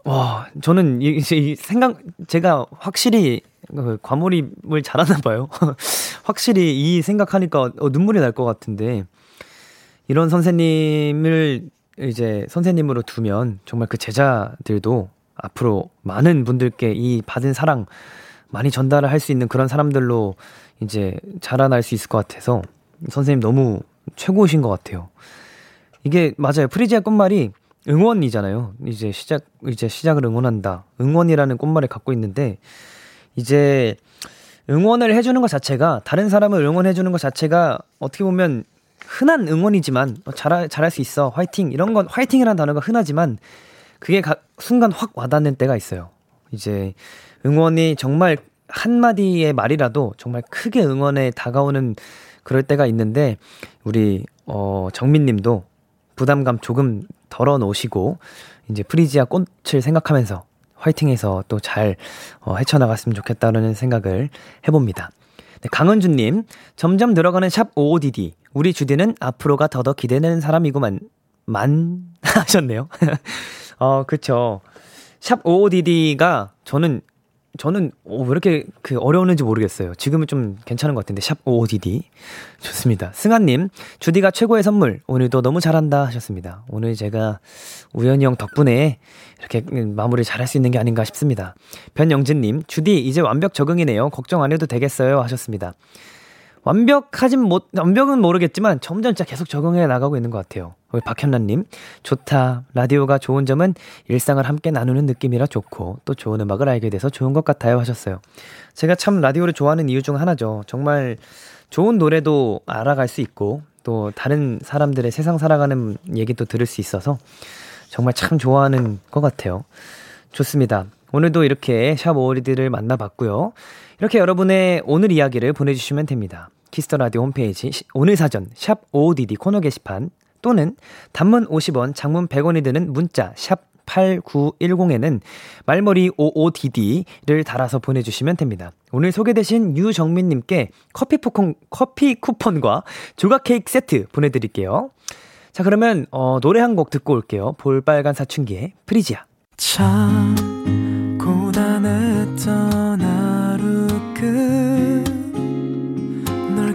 A: 와 저는 이, 이 생각 제가 확실히 그 과몰입을 잘하나 봐요. <laughs> 확실히 이 생각하니까 어, 눈물이 날 것 같은데 이런 선생님을 이제 선생님으로 두면 정말 그 제자들도 앞으로 많은 분들께 이 받은 사랑 많이 전달을 할 수 있는 그런 사람들로 이제 자라날 수 있을 것 같아서 선생님 너무 최고이신 것 같아요. 이게 맞아요. 프리지아 꽃말이 응원이잖아요. 이제 시작 이제 시작을 응원한다. 응원이라는 꽃말을 갖고 있는데 이제 응원을 해주는 것 자체가 다른 사람을 응원해주는 것 자체가 어떻게 보면 흔한 응원이지만 어, 잘할 잘할 수 있어 화이팅 이런 건 화이팅이라는 단어가 흔하지만 그게 가- 순간 확 와닿는 때가 있어요. 이제 응원이 정말 한 마디의 말이라도 정말 크게 응원에 다가오는 그럴 때가 있는데 우리 어 정민님도 부담감 조금 덜어놓으시고 이제 프리지아 꽃을 생각하면서 화이팅해서 또 잘 어, 헤쳐나갔으면 좋겠다라는 생각을 해봅니다. 네, 강은주님, 점점 늘어가는 샵 55DD. 우리 주디는 앞으로가 더더 기대되는 사람이구만, 만, <laughs> 하셨네요. 어, 그쵸. 샵 55DD가 저는, 저는, 어, 왜 이렇게 그 어려웠는지 모르겠어요. 지금은 좀 괜찮은 것 같은데, 샵 55DD. 좋습니다. 승아님, 주디가 최고의 선물, 오늘도 너무 잘한다 하셨습니다. 오늘 제가 우연히 형 덕분에 이렇게 마무리 잘할 수 있는 게 아닌가 싶습니다. 변영진님, 주디, 이제 완벽 적응이네요. 걱정 안 해도 되겠어요 하셨습니다. 완벽하진 못, 완벽은 모르겠지만 점점 진짜 계속 적응해 나가고 있는 것 같아요. 우리 박현란님, 좋다. 라디오가 좋은 점은 일상을 함께 나누는 느낌이라 좋고 또 좋은 음악을 알게 돼서 좋은 것 같아요 하셨어요. 제가 참 라디오를 좋아하는 이유 중 하나죠. 정말 좋은 노래도 알아갈 수 있고 또 다른 사람들의 세상 살아가는 얘기도 들을 수 있어서 정말 참 좋아하는 것 같아요. 좋습니다. 오늘도 이렇게 샵 오리들을 만나봤고요. 이렇게 여러분의 오늘 이야기를 보내주시면 됩니다. 키스터 라디오 홈페이지 시- 오늘 사전 샵 ODD 코너 게시판 또는 단문 50원, 장문 100원이 드는 문자 샵 8910에는 말머리 OODD를 달아서 보내주시면 됩니다. 오늘 소개되신 유정민님께 커피 쿠폰, 커피 쿠폰과 조각 케이크 세트 보내드릴게요. 자, 그러면, 어, 노래 한 곡 듣고 올게요. 볼빨간 사춘기의 프리지아.
I: 참 고단했던 하루 끝널